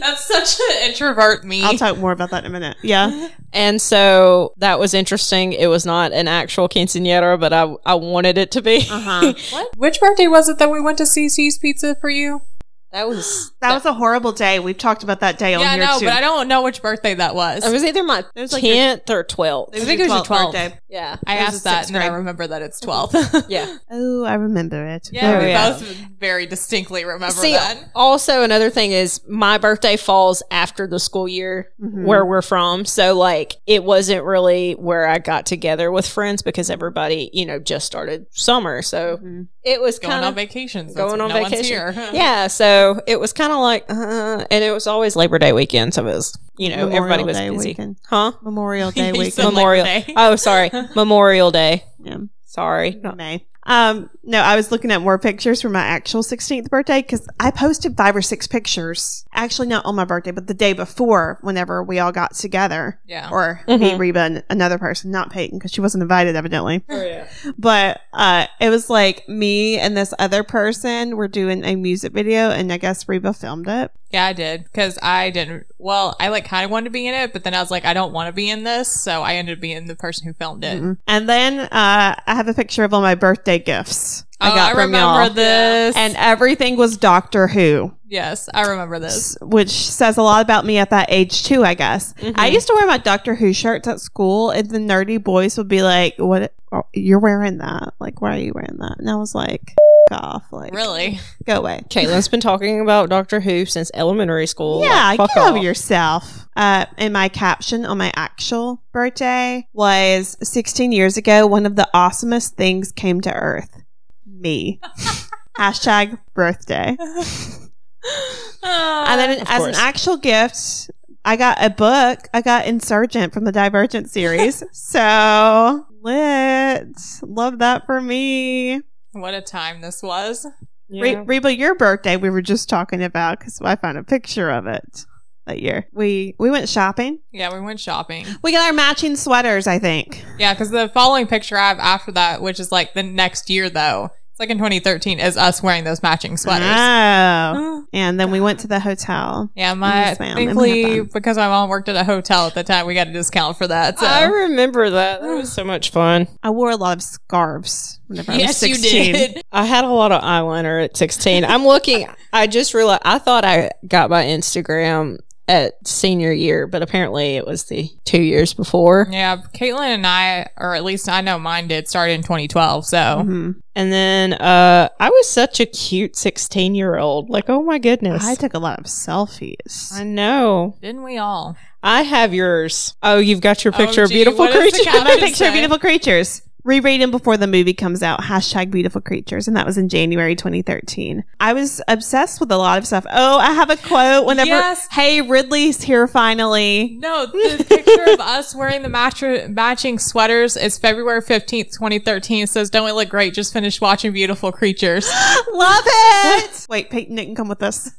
Speaker 3: That's such an introvert me.
Speaker 1: I'll talk more about that in a minute. Yeah.
Speaker 2: And so that was interesting. It was not an actual quinceanera, but I I wanted it to be.
Speaker 1: Uh
Speaker 3: *laughs*
Speaker 1: huh.
Speaker 3: what? Which birthday was it that we went to CC's Pizza for you?
Speaker 2: *laughs* That was
Speaker 1: That was a horrible day. We've talked about that day on
Speaker 3: yeah,
Speaker 1: here
Speaker 3: no,
Speaker 1: too.
Speaker 3: but I don't know which birthday that was.
Speaker 2: It was either my
Speaker 1: It was like your-
Speaker 2: tenth or twelfth.
Speaker 3: I think it was your 12th.
Speaker 1: birthday.
Speaker 2: Yeah,
Speaker 3: I
Speaker 1: it was
Speaker 3: asked
Speaker 1: in
Speaker 3: that,
Speaker 1: sixth
Speaker 3: and then I
Speaker 1: grade.
Speaker 3: remember that it's 12.
Speaker 2: yeah.
Speaker 1: Oh, I remember it.
Speaker 3: yeah, we
Speaker 1: Very
Speaker 2: yeah.
Speaker 1: well.
Speaker 3: *laughs* both very distinctly remember
Speaker 2: See,
Speaker 3: that.
Speaker 2: also another thing is my birthday falls after the school year
Speaker 1: Mhm.
Speaker 2: where we're from, so like it wasn't really where I got together with friends because everybody, you know, just started summer, so
Speaker 1: Mhm.
Speaker 2: it was
Speaker 3: Going
Speaker 2: kind
Speaker 3: on
Speaker 2: of
Speaker 3: vacations. That's
Speaker 2: going
Speaker 3: what
Speaker 2: on
Speaker 3: no one's
Speaker 1: *laughs*
Speaker 2: vacation.
Speaker 3: here.
Speaker 2: yeah. So it was kind of like, uh, and it was always Labor Day weekend, so it was you know
Speaker 1: Memorial
Speaker 2: everybody was
Speaker 1: Day
Speaker 2: busy,
Speaker 1: weekend.
Speaker 2: huh?
Speaker 3: *laughs*
Speaker 1: Memorial
Speaker 3: You
Speaker 1: Day
Speaker 3: said
Speaker 1: weekend.
Speaker 3: Labor
Speaker 2: Memorial.
Speaker 3: Day.
Speaker 1: *laughs*
Speaker 2: Oh, sorry, Memorial Day.
Speaker 1: Yeah.
Speaker 2: Sorry.
Speaker 1: May. Um, no, I was looking at more pictures for my actual 16th birthday because I posted five or six pictures. Actually, not on my birthday, but the day before, whenever we all got together.
Speaker 3: Yeah.
Speaker 1: Or me,
Speaker 2: Mhm.
Speaker 1: Reba, and another person, not Peyton, because she wasn't invited, evidently.
Speaker 2: Oh, yeah.
Speaker 1: But uh, it was like me and this other person were doing a music video, and I guess Reba filmed it.
Speaker 3: Yeah, I did because I didn't. Well, I like kind of wanted to be in it, but then I was like, I don't want to be in this, so I ended up being the person who filmed it.
Speaker 1: Mm-mm. And then uh, I have a picture of all my birthday gifts I
Speaker 3: Oh,
Speaker 1: got
Speaker 3: I
Speaker 1: from
Speaker 3: remember
Speaker 1: y'all.
Speaker 3: this.
Speaker 1: and everything was Doctor Who.
Speaker 3: yes, I remember this.
Speaker 1: s- which says a lot about me at that age too, I guess. I
Speaker 3: Mm-hmm.
Speaker 1: used to wear my Doctor Who shirts at school, and the nerdy boys would be like, "What? oh, you're wearing that? Like, why are you wearing that?" And I was like, "F- "Off! Like,
Speaker 3: Really?
Speaker 1: Go away."
Speaker 2: Caitlin's been talking about Doctor Who since elementary school.
Speaker 1: Yeah,
Speaker 2: Like, fuck
Speaker 1: get over
Speaker 2: off.
Speaker 1: yourself. Uh, and my caption on my actual birthday was 16 years ago, one of the awesomest things came to Earth.
Speaker 3: *laughs*
Speaker 1: Me. Hashtag birthday.
Speaker 3: *laughs* Ah,
Speaker 1: And then
Speaker 2: Um, Of
Speaker 1: as
Speaker 2: course.
Speaker 1: an actual gift, I got a book. I got Insurgent from the Divergent
Speaker 2: *laughs*
Speaker 1: series. so lit. Love that for me.
Speaker 3: what a time this was.
Speaker 1: Re- Reba, your birthday we were just talking about because I found a picture of it that year. We we went shopping.
Speaker 3: Yeah, we went shopping.
Speaker 1: We got our matching sweaters, I think.
Speaker 3: Yeah, because the following picture I have after that, which is like the next year though, it's like in 2013, is us wearing those matching sweaters.
Speaker 1: Oh. And then we went to the hotel.
Speaker 3: Yeah, my
Speaker 1: Yes, ma'am, and we had
Speaker 3: thankfully
Speaker 1: fun.
Speaker 3: because my mom worked at a hotel at the time, we got a discount for that. So
Speaker 2: I remember that. That was so
Speaker 1: *sighs*
Speaker 2: much fun.
Speaker 1: I wore a lot of scarves whenever I was
Speaker 3: yes, you
Speaker 1: 16.
Speaker 3: did.
Speaker 2: I had a lot of eyeliner at 16. I'm looking. I just realized I thought I got my Instagram at senior year, but apparently it was the two years before.
Speaker 3: Yeah, Caitlin and I, or at least I know mine did, started in 2012. So
Speaker 1: Mhm.
Speaker 2: And then uh, I was such a cute 16 year old. Like, oh my goodness.
Speaker 1: I took a lot of selfies.
Speaker 2: I know.
Speaker 3: didn't we all?
Speaker 2: I have yours. Oh, you've got your picture of
Speaker 3: OMG,
Speaker 2: beautiful
Speaker 3: what is the
Speaker 2: creature. *laughs*
Speaker 3: caption
Speaker 1: my picture
Speaker 3: say?
Speaker 1: of beautiful creatures. Reread them before the movie comes out. Hashtag beautiful creatures. And that was in January 2013. I was obsessed with a lot of stuff. Oh, I have a quote whenever,
Speaker 3: Yes.
Speaker 1: hey, Ridley's here finally.
Speaker 3: No, the picture of us wearing the match- matching sweaters is February 15th, 2013. It says, Don't we look great? Just finished watching Beautiful Creatures.
Speaker 1: *laughs* Love it. *laughs* Wait, Peyton didn't come with us.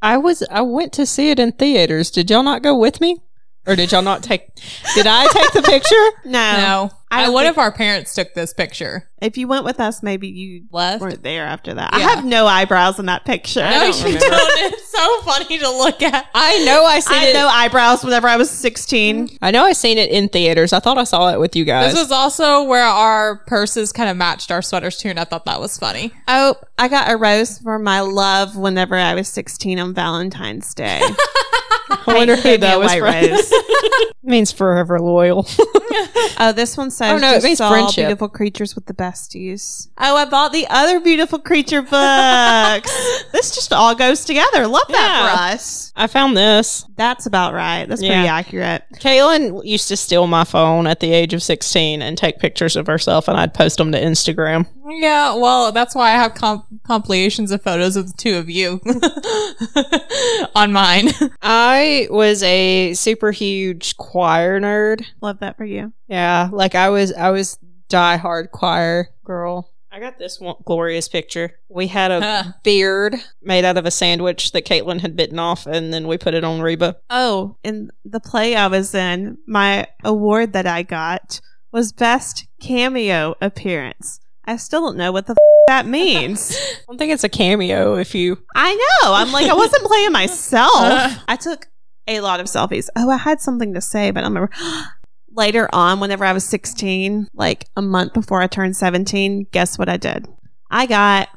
Speaker 2: I was I went to see it in theaters. Did y'all not go with me? Or did y'all not take Did I take the picture?
Speaker 1: *laughs* No.
Speaker 3: no.
Speaker 1: I
Speaker 3: I
Speaker 1: don't
Speaker 3: what
Speaker 1: think-
Speaker 3: if our parents took this picture?
Speaker 1: If you went with us, maybe you
Speaker 3: *laughs* Left?
Speaker 1: weren't there after that. I
Speaker 3: Yeah.
Speaker 1: have no eyebrows in that picture.
Speaker 3: no,
Speaker 2: don't
Speaker 3: you
Speaker 2: remember.
Speaker 3: Oh, don't. It's so funny to look at.
Speaker 2: I know I seen
Speaker 1: I
Speaker 2: it.
Speaker 1: had no eyebrows whenever I was 16.
Speaker 2: I know I seen it in theaters. I thought I saw it with you guys.
Speaker 3: This was also where our purses kind of matched our sweaters too, and I thought that was funny.
Speaker 1: Oh, I got a rose for my love whenever I was 16 on Valentine's *laughs* Day.
Speaker 2: I wonder who
Speaker 1: Gave me
Speaker 2: that
Speaker 1: a
Speaker 2: was
Speaker 1: white
Speaker 2: from.
Speaker 1: rose.
Speaker 2: means forever loyal. *laughs*
Speaker 1: Oh, this one says
Speaker 2: Oh, no, it
Speaker 1: just
Speaker 2: means
Speaker 1: all
Speaker 2: friendship.
Speaker 1: beautiful creatures with the besties. Oh, I bought the other beautiful *laughs* creature books. this just all goes together. Love that
Speaker 2: Yeah.
Speaker 1: for us.
Speaker 2: I found this.
Speaker 1: That's about right. That's pretty
Speaker 2: Yeah.
Speaker 1: accurate.
Speaker 2: Kaylin used to steal my phone at the age of 16 and take pictures of herself, and I'd post them to Instagram.
Speaker 3: Yeah, well, that's why I have comp- compilations of photos of the two of you *laughs* on mine. *laughs*
Speaker 2: I was a super huge choir nerd.
Speaker 1: Love that for you.
Speaker 2: Yeah, like I was, I was diehard choir girl. I got this one glorious picture. We had *laughs* a
Speaker 3: Huh.
Speaker 2: beard made out of a sandwich that Caitlin had bitten off, and then we put it on Reba.
Speaker 1: Oh, in the play I was in, my award that I got was best cameo appearance. I still don't know what the f- that means.
Speaker 2: I don't think it's a cameo if you.
Speaker 1: I know. I'm like, I wasn't playing
Speaker 2: *laughs*
Speaker 1: myself. I took a lot of selfies. Oh, I had something to say, but I don't remember. *gasps* Later on, whenever I was 16, like a month before I turned 17, guess what I did? I got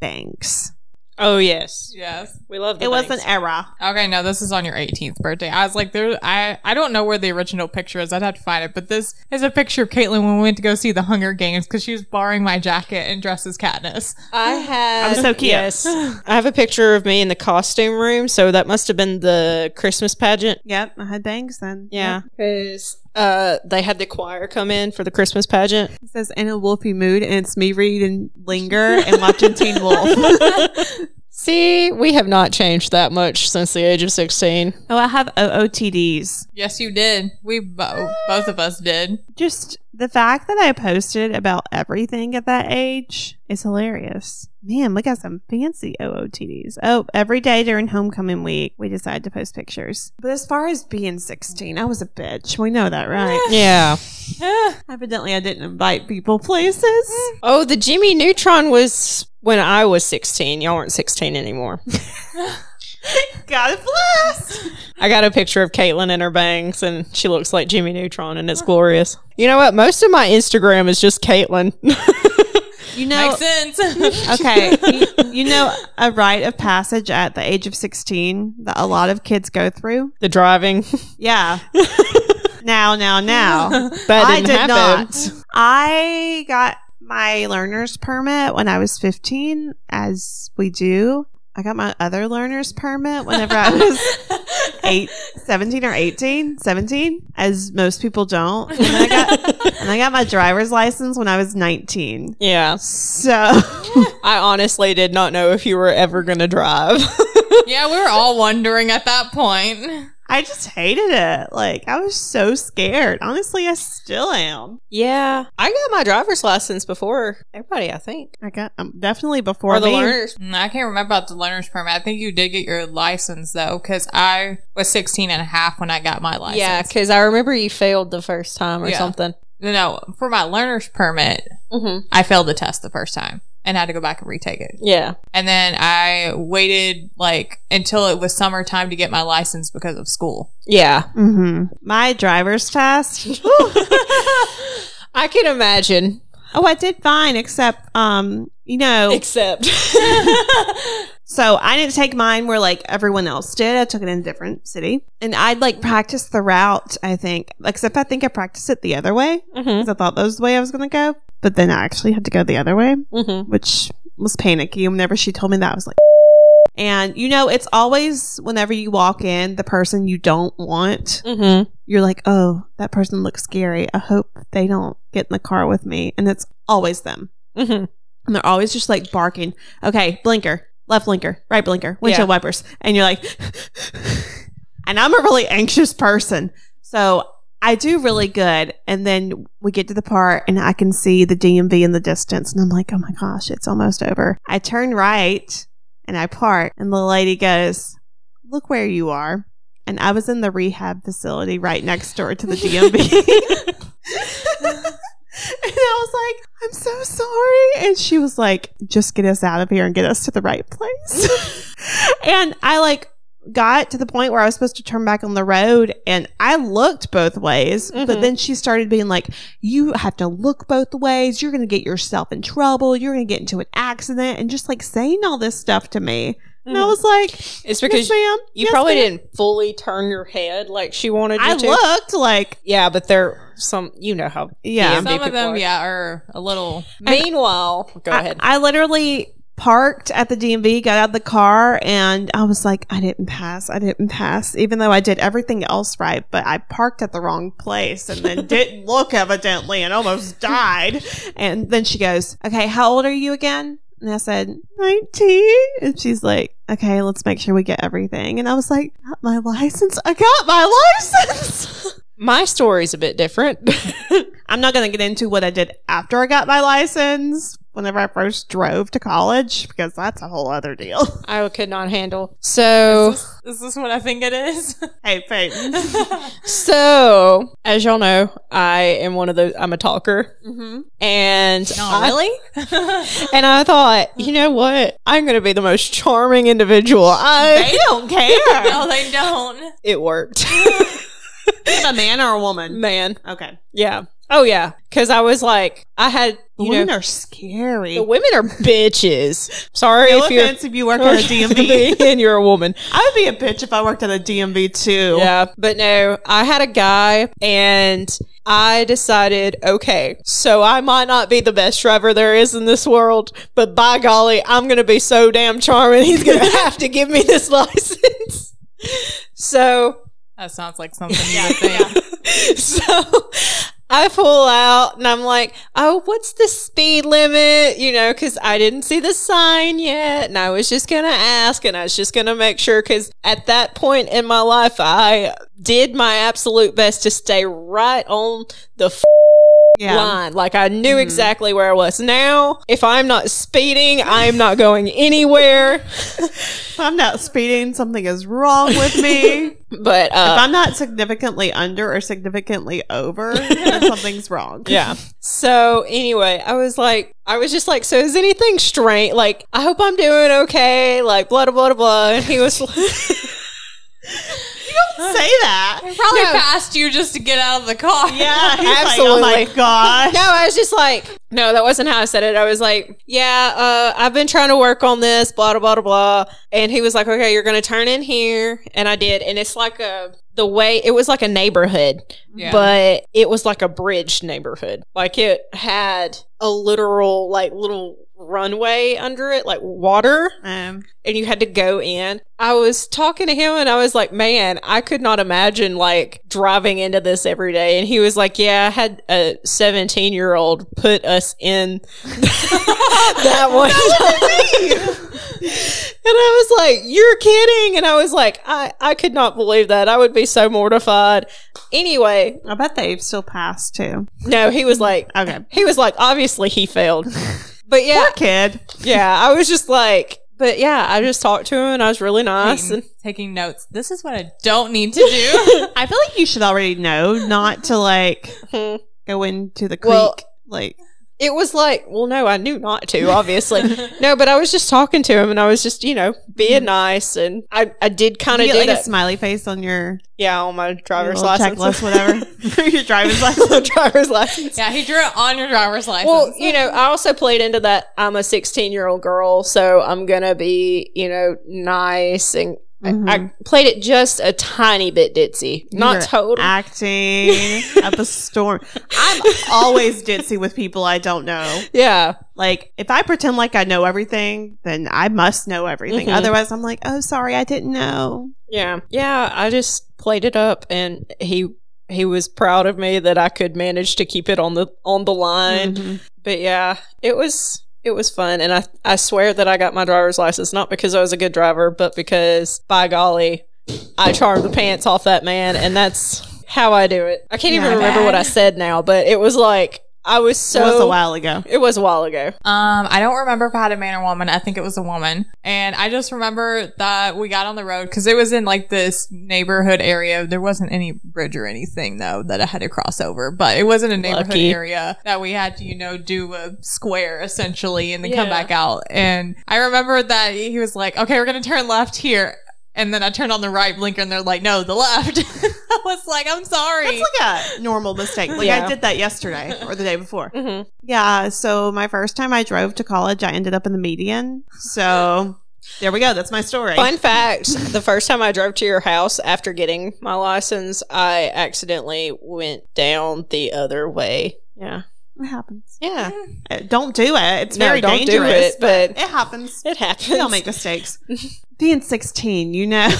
Speaker 1: bangs.
Speaker 2: Oh yes,
Speaker 3: Yes.
Speaker 2: we love. The
Speaker 1: it was
Speaker 2: bangs.
Speaker 1: an era.
Speaker 3: Okay, no, this is on your 18th birthday. I was like, there. I I don't know where the original picture is. I'd have to find it. But this is a picture of Caitlin when we went to go see the Hunger Games because she was borrowing my jacket and dressed as Katniss.
Speaker 2: I have.
Speaker 1: I'm so cute.
Speaker 2: *laughs* Yes, I have a picture of me in the costume room. So that must have been the Christmas pageant.
Speaker 1: Yep, I had bangs then.
Speaker 2: Yeah,
Speaker 1: Yep.
Speaker 2: because uh, they had the choir come in for the Christmas pageant.
Speaker 1: It says in a wolfy mood, and it's me reading Linger
Speaker 2: *laughs*
Speaker 1: and watching Teen Wolf.
Speaker 2: See, we have not changed that much since the age of sixteen.
Speaker 1: Oh, I have OOTDs.
Speaker 3: Yes, you did. We bo- both of us did.
Speaker 1: Just the fact that I posted about everything at that age is hilarious. Man, look at some fancy OOTDs. Oh, every day during homecoming week, we decided to post pictures. But as far as being 16, I was a bitch. We know that, right?
Speaker 2: Yeah.
Speaker 1: *laughs* Evidently, I didn't invite people places. *laughs*
Speaker 2: Oh, the Jimmy Neutron was when I was sixteen. Y'all aren't sixteen anymore.
Speaker 1: God bless.
Speaker 2: I got a picture of Caitlyn in her bangs, and she looks like Jimmy Neutron, and it's glorious. You know what? Most of my Instagram is just Caitlyn. *laughs*
Speaker 1: You know,
Speaker 3: Makes
Speaker 1: *laughs*
Speaker 3: sense. *laughs*
Speaker 1: okay you, you know a rite of passage at the age of 16 that a lot of kids go through
Speaker 2: the driving
Speaker 1: *laughs* yeah now now *laughs* now
Speaker 2: that
Speaker 1: i
Speaker 2: didn't
Speaker 1: did
Speaker 2: happen.
Speaker 1: not i got my learner's permit when i was 15 as we do i got my other learner's permit whenever i was
Speaker 2: *laughs*
Speaker 1: eight, 17 or 18 17 as most people don't and, then I got, and i got my driver's license when i was 19
Speaker 2: Yeah,
Speaker 1: so *laughs*
Speaker 2: I honestly did not know if you were ever going to drive. *laughs*
Speaker 3: yeah, we were all wondering at that point.
Speaker 1: I just hated it. Like I was so scared. Honestly, I still am.
Speaker 2: yeah, I got my driver's license before everybody. I think
Speaker 1: I got um, definitely before
Speaker 2: or the
Speaker 1: me.
Speaker 2: learners.
Speaker 3: Mm, I can't remember about the learner's permit. I think you did get your license though, because I was 16 and a half when I got my license.
Speaker 2: Yeah, because I remember you failed the first time or
Speaker 3: Yeah.
Speaker 2: something.
Speaker 3: No, for my learner's permit,
Speaker 2: Mm-hmm.
Speaker 3: I failed the test the first time and had to go back and retake it.
Speaker 2: Yeah,
Speaker 3: And then I waited like until it was summertime to get my license because of school.
Speaker 2: yeah. *laughs*
Speaker 1: hmm My driver's test.
Speaker 2: I can imagine.
Speaker 1: oh, I did fine, except um, you know,
Speaker 2: *laughs* Except
Speaker 1: so I didn't take mine where like everyone else did. I took it in a different city, and I'd like practice the route. I think, except I think I practiced it the other way
Speaker 2: Mhm.
Speaker 1: 'cause I thought that was the way I was gonna go, but then I actually had to go the other way.
Speaker 2: Mhm.
Speaker 1: which was panicky. Whenever she told me that, I was like, *laughs* and you know, it's always whenever you walk in, the person you don't want,
Speaker 2: Mm-hmm.
Speaker 1: you're like, oh, that person looks scary. I hope they don't get in the car with me. And it's always them.
Speaker 2: Mm-hmm.
Speaker 1: And they're always just like barking, okay, blinker, left blinker, right blinker, windshield wipers. And you're like, *laughs* and I'm a really anxious person. So I do really good. And then we get to the part and I can see the DMV in the distance. And I'm like, oh my gosh, it's almost over. I turn right and I park. And the lady goes, look where you are. And I was in the rehab facility right next door to the
Speaker 2: *laughs*
Speaker 1: DMV. *laughs* And I was like, I'm so sorry. And she was like, just get us out of here and get us to the right place. *laughs* and I like got to the point where I was supposed to turn back on the road and I looked both ways. But
Speaker 2: Mhm.
Speaker 1: then she started being like, you have to look both ways. You're going to get yourself in trouble. You're going to get into an accident and just like saying all this stuff to me. And I was like, because
Speaker 2: It's because
Speaker 1: ma'am.
Speaker 2: Mm-hmm. you
Speaker 1: Yes,
Speaker 2: probably
Speaker 1: ma'am."
Speaker 2: didn't fully turn your head like she wanted you
Speaker 1: I
Speaker 2: to.
Speaker 1: looked like,
Speaker 2: Yeah, but there some you know how.
Speaker 1: yeah.
Speaker 2: DMV
Speaker 3: Some of
Speaker 2: people
Speaker 3: them,
Speaker 2: are.
Speaker 3: yeah, are a little.
Speaker 2: Meanwhile, go
Speaker 1: I-
Speaker 2: ahead.
Speaker 1: I, literally parked at the DMV, got out of the car, and I was like, I didn't pass. I didn't pass, even though I did everything else right, but I parked at the wrong place and then didn't
Speaker 2: *laughs*
Speaker 1: look evidently and almost died. And then she goes, Okay, how old are you again? And I said, 19. And she's like, okay, let's make sure we get everything. And I was like, got my license. I got my *laughs* license.
Speaker 2: My story's a bit different.
Speaker 1: I'm not going to get into what I did after I got my license, whenever I first drove to college because that's a whole other deal. *laughs*
Speaker 2: *laughs* I could not handle. So,
Speaker 3: Is this, is this what I think it is?
Speaker 1: hey,
Speaker 2: *laughs*
Speaker 1: Peyton.
Speaker 2: so as y'all know, I am one of those. I'm a talker,
Speaker 1: mm-hmm.
Speaker 2: and I,
Speaker 3: really?
Speaker 2: *laughs* and I thought, you know what? I'm going to be the most charming individual. I
Speaker 1: They don't care.
Speaker 3: *laughs* no, they don't.
Speaker 2: *laughs* it worked, *laughs*
Speaker 1: Is it a man or a woman?
Speaker 2: man.
Speaker 1: Okay.
Speaker 2: Yeah. Oh yeah. Because I was like, I had
Speaker 1: The
Speaker 2: you
Speaker 1: women
Speaker 2: know.
Speaker 1: are scary.
Speaker 2: the women are bitches. Sorry
Speaker 1: no
Speaker 2: if you're *laughs*
Speaker 1: offense if you work at a DMV. *laughs*
Speaker 2: and you're a woman.
Speaker 1: I would be a bitch if I worked at a DMV too.
Speaker 2: Yeah. But no, I had a guy and I decided, okay, so I might not be the best driver there is in this world, but by golly, I'm going to be so damn charming. He's going to *laughs* have to give me this license. *laughs* So
Speaker 3: That sounds like something you would
Speaker 2: *laughs*
Speaker 3: think.
Speaker 2: so I pull out and I'm like, oh, what's the speed limit? You know, because I didn't see the sign yet. And I was just going to ask and I was just going to make sure. Because at that point in my life, I did my absolute best to stay right on the f- line. Like I knew
Speaker 1: Mhm.
Speaker 2: exactly where I was. Now, if I'm not speeding, I'm not going anywhere.
Speaker 1: If I'm not speeding, something is wrong with me. if
Speaker 2: But *laughs* uh,
Speaker 1: I'm not significantly under or significantly over,
Speaker 2: *laughs*
Speaker 1: then something's wrong.
Speaker 2: Yeah. So anyway, I was like, I was just like, so is anything strange? Like, I hope I'm doing okay. Like, blah, blah, blah, blah. And he was
Speaker 1: *laughs* Say
Speaker 2: *laughs*
Speaker 1: that.
Speaker 3: Probably
Speaker 2: No.
Speaker 3: passed you just to get out of the car.
Speaker 1: Yeah. *laughs* He's Absolutely. Like, oh my
Speaker 2: Absolutely. *laughs*
Speaker 1: gosh.
Speaker 2: *laughs* No, I was just like, no, that wasn't how I said it. I was like, yeah, uh, I've been trying to work on this, blah, blah, blah, blah. blah. And he was like, okay, you're going to turn in here. And I did. And it's like a, the way it was like a neighborhood,
Speaker 3: Yeah.
Speaker 2: but it was like a bridge neighborhood. Like it had a literal, like little runway under it, like water.
Speaker 1: Um,
Speaker 2: and you had to go in. I was talking to him and I was like, man, I could not imagine like driving into this every day. And he was like, yeah, I had a 17 year old put us in *laughs* that one. *laughs* and I was like, you're kidding. And I was like, I, I could not believe that. I would be so mortified. Anyway,
Speaker 1: I bet they've still passed too.
Speaker 2: no, he was like,
Speaker 1: *laughs* Okay.
Speaker 2: he was like, obviously he failed. But yeah,
Speaker 1: Poor kid.
Speaker 2: yeah, I was just like, but yeah, I just talked to him and I was really nice. And
Speaker 3: Taking, taking notes. This is what I don't need to *laughs* do.
Speaker 1: I feel like you should already know not to like
Speaker 2: Mhm.
Speaker 1: go into the creek.
Speaker 2: Well-
Speaker 1: like,
Speaker 2: it was like, well, no, I knew not
Speaker 1: *laughs*
Speaker 2: to, obviously. no, but I was just talking to him and I was just, you know, being nice. And I, I did kind of
Speaker 1: you
Speaker 2: do
Speaker 1: get Mm-hmm. like a
Speaker 2: that.
Speaker 1: smiley face on your,
Speaker 2: yeah, on my
Speaker 1: your
Speaker 2: driver's
Speaker 1: little
Speaker 2: license. *laughs*
Speaker 1: checklist, *laughs* whatever. your driver's license.
Speaker 2: driver's license.
Speaker 3: yeah, he drew it on your driver's license.
Speaker 2: Well, you know, I also played into that I'm a 16 year old girl, so I'm going to be, you know, nice. And I-
Speaker 1: Mhm.
Speaker 2: I, played it just a tiny bit ditzy,
Speaker 1: You're
Speaker 2: not total.
Speaker 1: acting up a storm. I'm always ditzy with people I don't know.
Speaker 2: *laughs* yeah.
Speaker 1: Like if I pretend like I know everything, then I must know everything.
Speaker 2: Mhm.
Speaker 1: Otherwise, I'm like, oh, sorry, I didn't know.
Speaker 2: Yeah. Yeah, I just played it up and he he was proud of me that I could manage to keep it on the on the line.
Speaker 1: Mhm.
Speaker 2: But yeah, it was it was fun and I I swear that I got my driver's license not because I was a good driver, but because by golly, I charmed the pants off that man and that's how I do it. I can't even
Speaker 1: Not
Speaker 2: remember what
Speaker 3: bad.
Speaker 2: I said now, but it was like I was so
Speaker 1: it was a while ago.
Speaker 2: It was a while ago.
Speaker 3: Um, I don't remember if I had a man or woman. I think it was a woman. And I just remember that we got on the road because it was in like this neighborhood area. There wasn't any bridge or anything though that I had to cross over, but it wasn't a neighborhood
Speaker 2: Lucky.
Speaker 3: area that we had to, you know, do a square essentially and then come
Speaker 2: Yeah.
Speaker 3: back out. And I remember that he was like, okay, we're going to turn left here. And then I turned on the right blinker and they're like, no, the left. *laughs* I was like, I'm sorry.
Speaker 1: It's like a normal mistake. Like I
Speaker 2: Yeah.
Speaker 1: did that yesterday or the day before.
Speaker 2: hmm
Speaker 1: Yeah. So my first time I drove to college, I ended up in the median. So there we go. That's my story.
Speaker 2: Fun fact the first time I drove to your house after getting my license, I accidentally went down the other way. Yeah.
Speaker 1: It happens.
Speaker 2: Yeah.
Speaker 1: Uh, Don't do it. It's
Speaker 2: No,
Speaker 1: very
Speaker 2: don't do
Speaker 1: dangerous.
Speaker 2: it, but-
Speaker 1: it
Speaker 2: *laughs*
Speaker 1: happens.
Speaker 2: It happens.
Speaker 1: We all make mistakes. Being 16, you
Speaker 2: *laughs*
Speaker 1: know.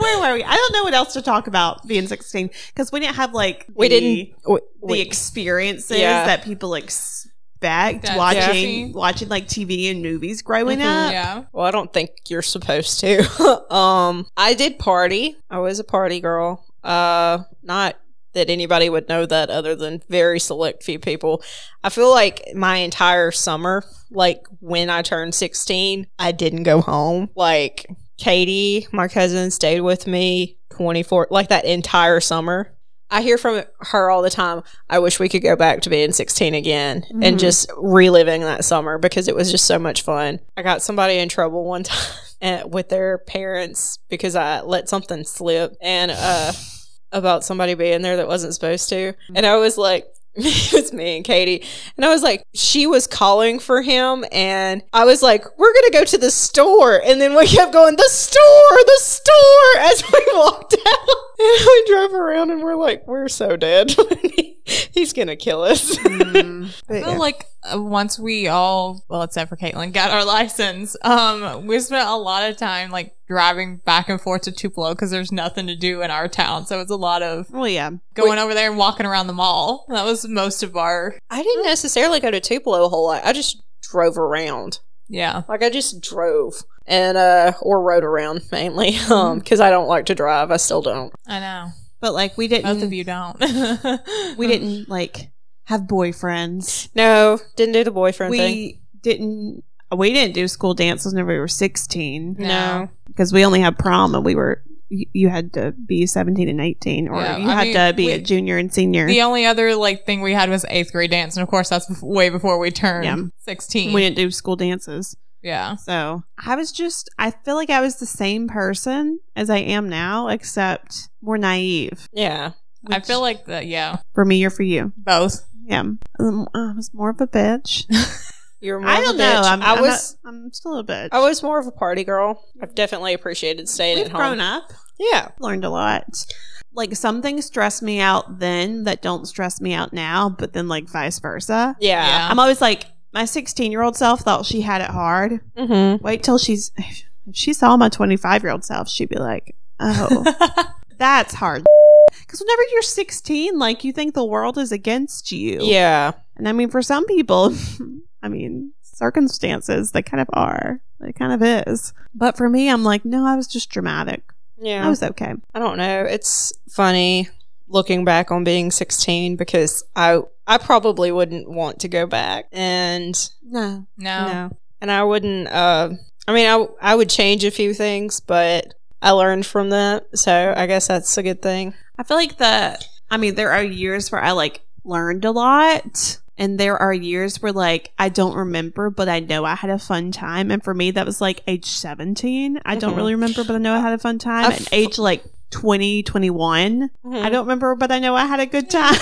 Speaker 1: Where were we? I don't know what else to talk about being 16 because we didn't have like
Speaker 2: we
Speaker 1: the,
Speaker 2: didn't. We,
Speaker 1: the experiences
Speaker 2: Yeah.
Speaker 1: that people expect
Speaker 3: That's
Speaker 1: watching
Speaker 3: true.
Speaker 1: watching like TV and movies growing up.
Speaker 2: Mm-hmm,
Speaker 3: yeah.
Speaker 2: well, I don't think you're supposed *laughs* to. um, I did party. I was a party girl. Uh, not that anybody would know that other than very select few people. I feel like my entire summer, like when I turned 16, I didn't go home. Like Katie, my cousin, stayed with me 24, like that entire summer. I hear from her all the time. I wish we could go back to being 16 again
Speaker 1: Mhm.
Speaker 2: and just reliving that summer because it was just so much fun. I got somebody in trouble one *laughs* time at, with their parents because I let something slip and uh, about somebody being there that wasn't supposed to. And I was like, *laughs* it was me and Katie. And I was like, she was calling for him. And I was like, we're going to go to the store. And then we kept going, the store, the store, *laughs* as we walked out. And we drove around and we're like, we're so dead. *laughs* He's going to kill us. *laughs*
Speaker 1: Mm.
Speaker 3: I feel like uh, once we all, well, except for Caitlin, got our *laughs* license, um, we spent a lot of time like driving back and forth to Tupelo because there's nothing to do in our town. So it's a lot of
Speaker 1: Well, yeah.
Speaker 3: going over there and walking around the mall. That was most of our,
Speaker 2: I didn't necessarily go to Tupelo a whole lot. I just drove around.
Speaker 3: yeah.
Speaker 2: Like I just drove and uh or rode around mainly *laughs* um cuz I don't like to drive. I still don't.
Speaker 3: I know.
Speaker 1: But like we didn't
Speaker 3: Both of you don't.
Speaker 1: we *laughs* didn't like have boyfriends.
Speaker 2: No, didn't do the boyfriend thing.
Speaker 1: We didn't we didn't do school dances whenever we were 16
Speaker 3: No.
Speaker 1: because we only had prom and we were you you had to be 17 and 18 or
Speaker 3: Yeah,
Speaker 1: you
Speaker 3: I
Speaker 1: had
Speaker 3: mean,
Speaker 1: to be a
Speaker 3: we-
Speaker 1: junior and senior.
Speaker 3: The only other like thing we had was eighth grade dance, and of course that's bef- way before we turned
Speaker 1: Yeah.
Speaker 3: sixteen.
Speaker 1: we didn't do school dances.
Speaker 3: yeah,
Speaker 1: So I was just, I feel like I was the same person as I am now, except more naive.
Speaker 2: Yeah.
Speaker 3: I feel like that. Yeah,
Speaker 1: For me or for you.
Speaker 3: *laughs* both.
Speaker 1: Yeah. Um, I was more of a bitch.
Speaker 2: You're *laughs* more
Speaker 1: I
Speaker 2: of a
Speaker 1: don't know.
Speaker 2: bitch.
Speaker 1: I'm,
Speaker 2: I
Speaker 1: I'm
Speaker 2: was
Speaker 1: not- I'm still a bitch.
Speaker 2: I was more of a party girl. I've definitely appreciated staying
Speaker 1: We've
Speaker 2: at home.
Speaker 1: grown up,
Speaker 2: Yeah.
Speaker 1: learned a lot. Like some things stress me out then that don't stress me out now, but then like vice versa.
Speaker 2: Yeah.
Speaker 1: I'm always like, my 16 year old self thought she had it hard.
Speaker 2: Mhm.
Speaker 1: Wait till she's, if she saw my 25 year old self, she'd be like,
Speaker 2: *laughs*
Speaker 1: oh. That's hard. Because whenever you're 16, like you think the world is against you.
Speaker 2: Yeah.
Speaker 1: And I mean, for some people, *laughs* I mean, circumstances, they kind of are. They kind of is. But for me, I'm like, no, I was just dramatic.
Speaker 2: Yeah.
Speaker 1: I was okay.
Speaker 2: I don't know. It's funny looking back on being 16 because I I probably wouldn't want to go back and
Speaker 1: No.
Speaker 3: no.
Speaker 2: No. And I wouldn't uh I mean I I would change a few things, but I learned from that. So I guess that's a good thing.
Speaker 1: I feel like the, I mean, there are years where I like learned a lot. And there are years where like I don't remember, but I know I had a fun time. And for me, that was like age 17. I don't
Speaker 2: Mhm.
Speaker 1: really remember, but I know I had a fun time.
Speaker 2: I've-
Speaker 1: At age like 20, 21.
Speaker 2: Mm-hmm.
Speaker 1: I don't remember, but I know I had a good time.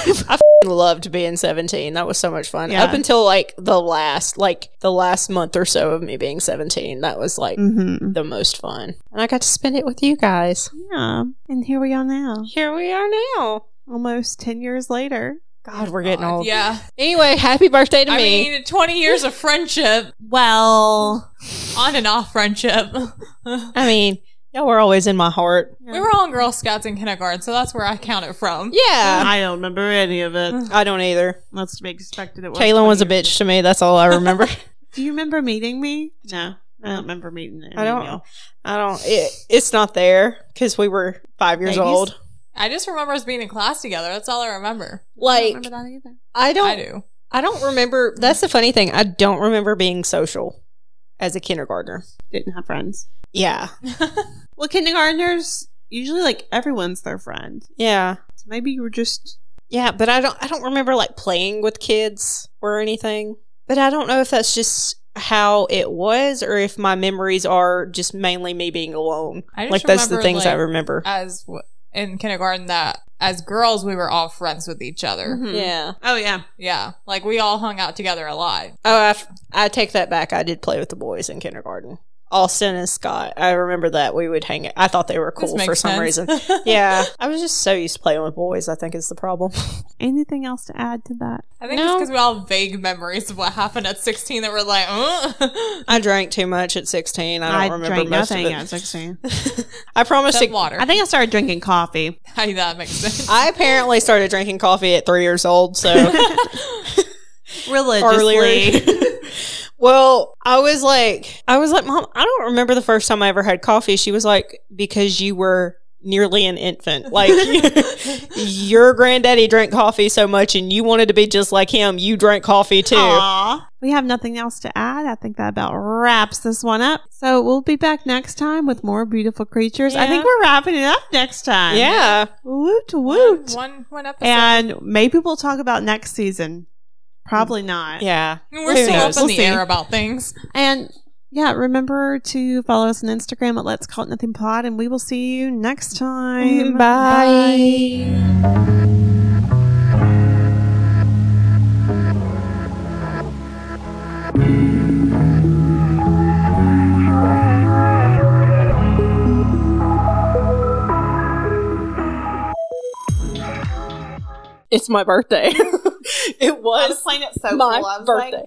Speaker 2: loved being 17. That was so much fun.
Speaker 1: Yeah.
Speaker 2: Up until like the last like the last month or so of me being 17, that was like
Speaker 1: mm-hmm.
Speaker 2: the most fun. And I got to spend it with you guys.
Speaker 1: Yeah. And here we are now,
Speaker 2: Here we are now.
Speaker 1: almost 10 years later.
Speaker 2: God, we're getting
Speaker 3: God,
Speaker 2: old.
Speaker 3: Uh, Yeah.
Speaker 2: Anyway, happy birthday to
Speaker 3: I
Speaker 2: me.
Speaker 3: mean, 20 years of friendship,
Speaker 1: Well,
Speaker 3: on and off friendship. *laughs* we
Speaker 2: I mean, y'all were always in my heart.
Speaker 3: were all in Girl Scouts in kindergarten, so that's where I count it from.
Speaker 2: Yeah.
Speaker 1: I don't remember any of
Speaker 2: *sighs*
Speaker 1: it.
Speaker 2: I don't either.
Speaker 1: That's to be expected. It was
Speaker 2: Kaylin was a
Speaker 1: 20 years.
Speaker 2: bitch to me. That's all I remember.
Speaker 1: Do you remember meeting me? No. I don't remember meeting you.
Speaker 2: I don't. I don't. It, it's not there because we were five years
Speaker 1: Babies?
Speaker 2: old.
Speaker 3: I just remember us being in class together. That's all I remember.
Speaker 2: Like
Speaker 1: remember that either.
Speaker 2: I don't.
Speaker 3: I
Speaker 2: I,
Speaker 3: do. *laughs*
Speaker 2: don't remember. That's the funny thing. I don't remember being social as a kindergartner.
Speaker 1: Didn't have friends.
Speaker 2: Yeah.
Speaker 1: Well, kindergartners, usually like everyone's their friend.
Speaker 2: Yeah.
Speaker 1: So maybe you were just.
Speaker 2: Yeah. But I don't. I don't remember like playing with kids or anything. But I don't know if that's just how it was or if my memories are just mainly me being alone.
Speaker 3: I just
Speaker 2: Like that's the
Speaker 3: remember,
Speaker 2: things I
Speaker 3: like,
Speaker 2: remember.
Speaker 3: As w- in kindergarten, that as girls, we were all friends with each other.
Speaker 2: Mm-hmm.
Speaker 1: Mhm.
Speaker 2: yeah.
Speaker 1: Oh, yeah.
Speaker 3: Yeah. Like we all hung out together a lot.
Speaker 2: Oh, I, f- I take that back. I did play with the boys in kindergarten. Austin and Scott. I remember that we would hang. I thought they were
Speaker 3: This
Speaker 2: cool for
Speaker 3: makes
Speaker 2: some
Speaker 3: sense. *laughs*
Speaker 2: reason. Yeah, I was just so used to playing with boys. I think is the problem. *laughs*
Speaker 1: Anything else to add to that?
Speaker 3: I think
Speaker 2: No.
Speaker 3: it's because we all have vague memories of what happened at 16 that we're like,
Speaker 2: *laughs*
Speaker 3: uh
Speaker 2: I drank too much at sixteen. I don't remember
Speaker 1: drank
Speaker 2: most
Speaker 1: nothing at *laughs*
Speaker 2: of
Speaker 1: 16.
Speaker 2: it. I promised.
Speaker 3: Except
Speaker 2: To,
Speaker 3: water. *laughs*
Speaker 1: I think I started drinking coffee.
Speaker 3: Hey, that makes sense.
Speaker 2: I apparently started drinking coffee at three years old. *laughs* So
Speaker 1: religiously.
Speaker 2: earlier. *laughs* well, I was like, I was like, Mom, I don't remember the first time I ever had coffee. She was like, because you were nearly an infant. Like *laughs* your granddaddy drank coffee so much and you wanted to be just like him, you drank coffee too.
Speaker 1: Aw. We have nothing else to add. I think that about wraps this one up. So we'll be back next time with more beautiful creatures. I
Speaker 2: Yeah.
Speaker 1: think we're wrapping it up next time.
Speaker 2: Yeah.
Speaker 1: Woot woot.
Speaker 3: One one episode.
Speaker 1: And maybe we'll talk about next season. Probably not.
Speaker 2: Mm. Yeah.
Speaker 3: We're
Speaker 2: Who
Speaker 3: still
Speaker 2: knows?
Speaker 3: up in
Speaker 1: We'll
Speaker 3: the
Speaker 1: see.
Speaker 3: air about things.
Speaker 1: And yeah, remember to follow us on Instagram at Let's Call It Nothing Pod, and we will see you next time.
Speaker 2: Mm-hmm. Bye. It's my birthday. it was
Speaker 1: playing it so
Speaker 2: *laughs* my birthday.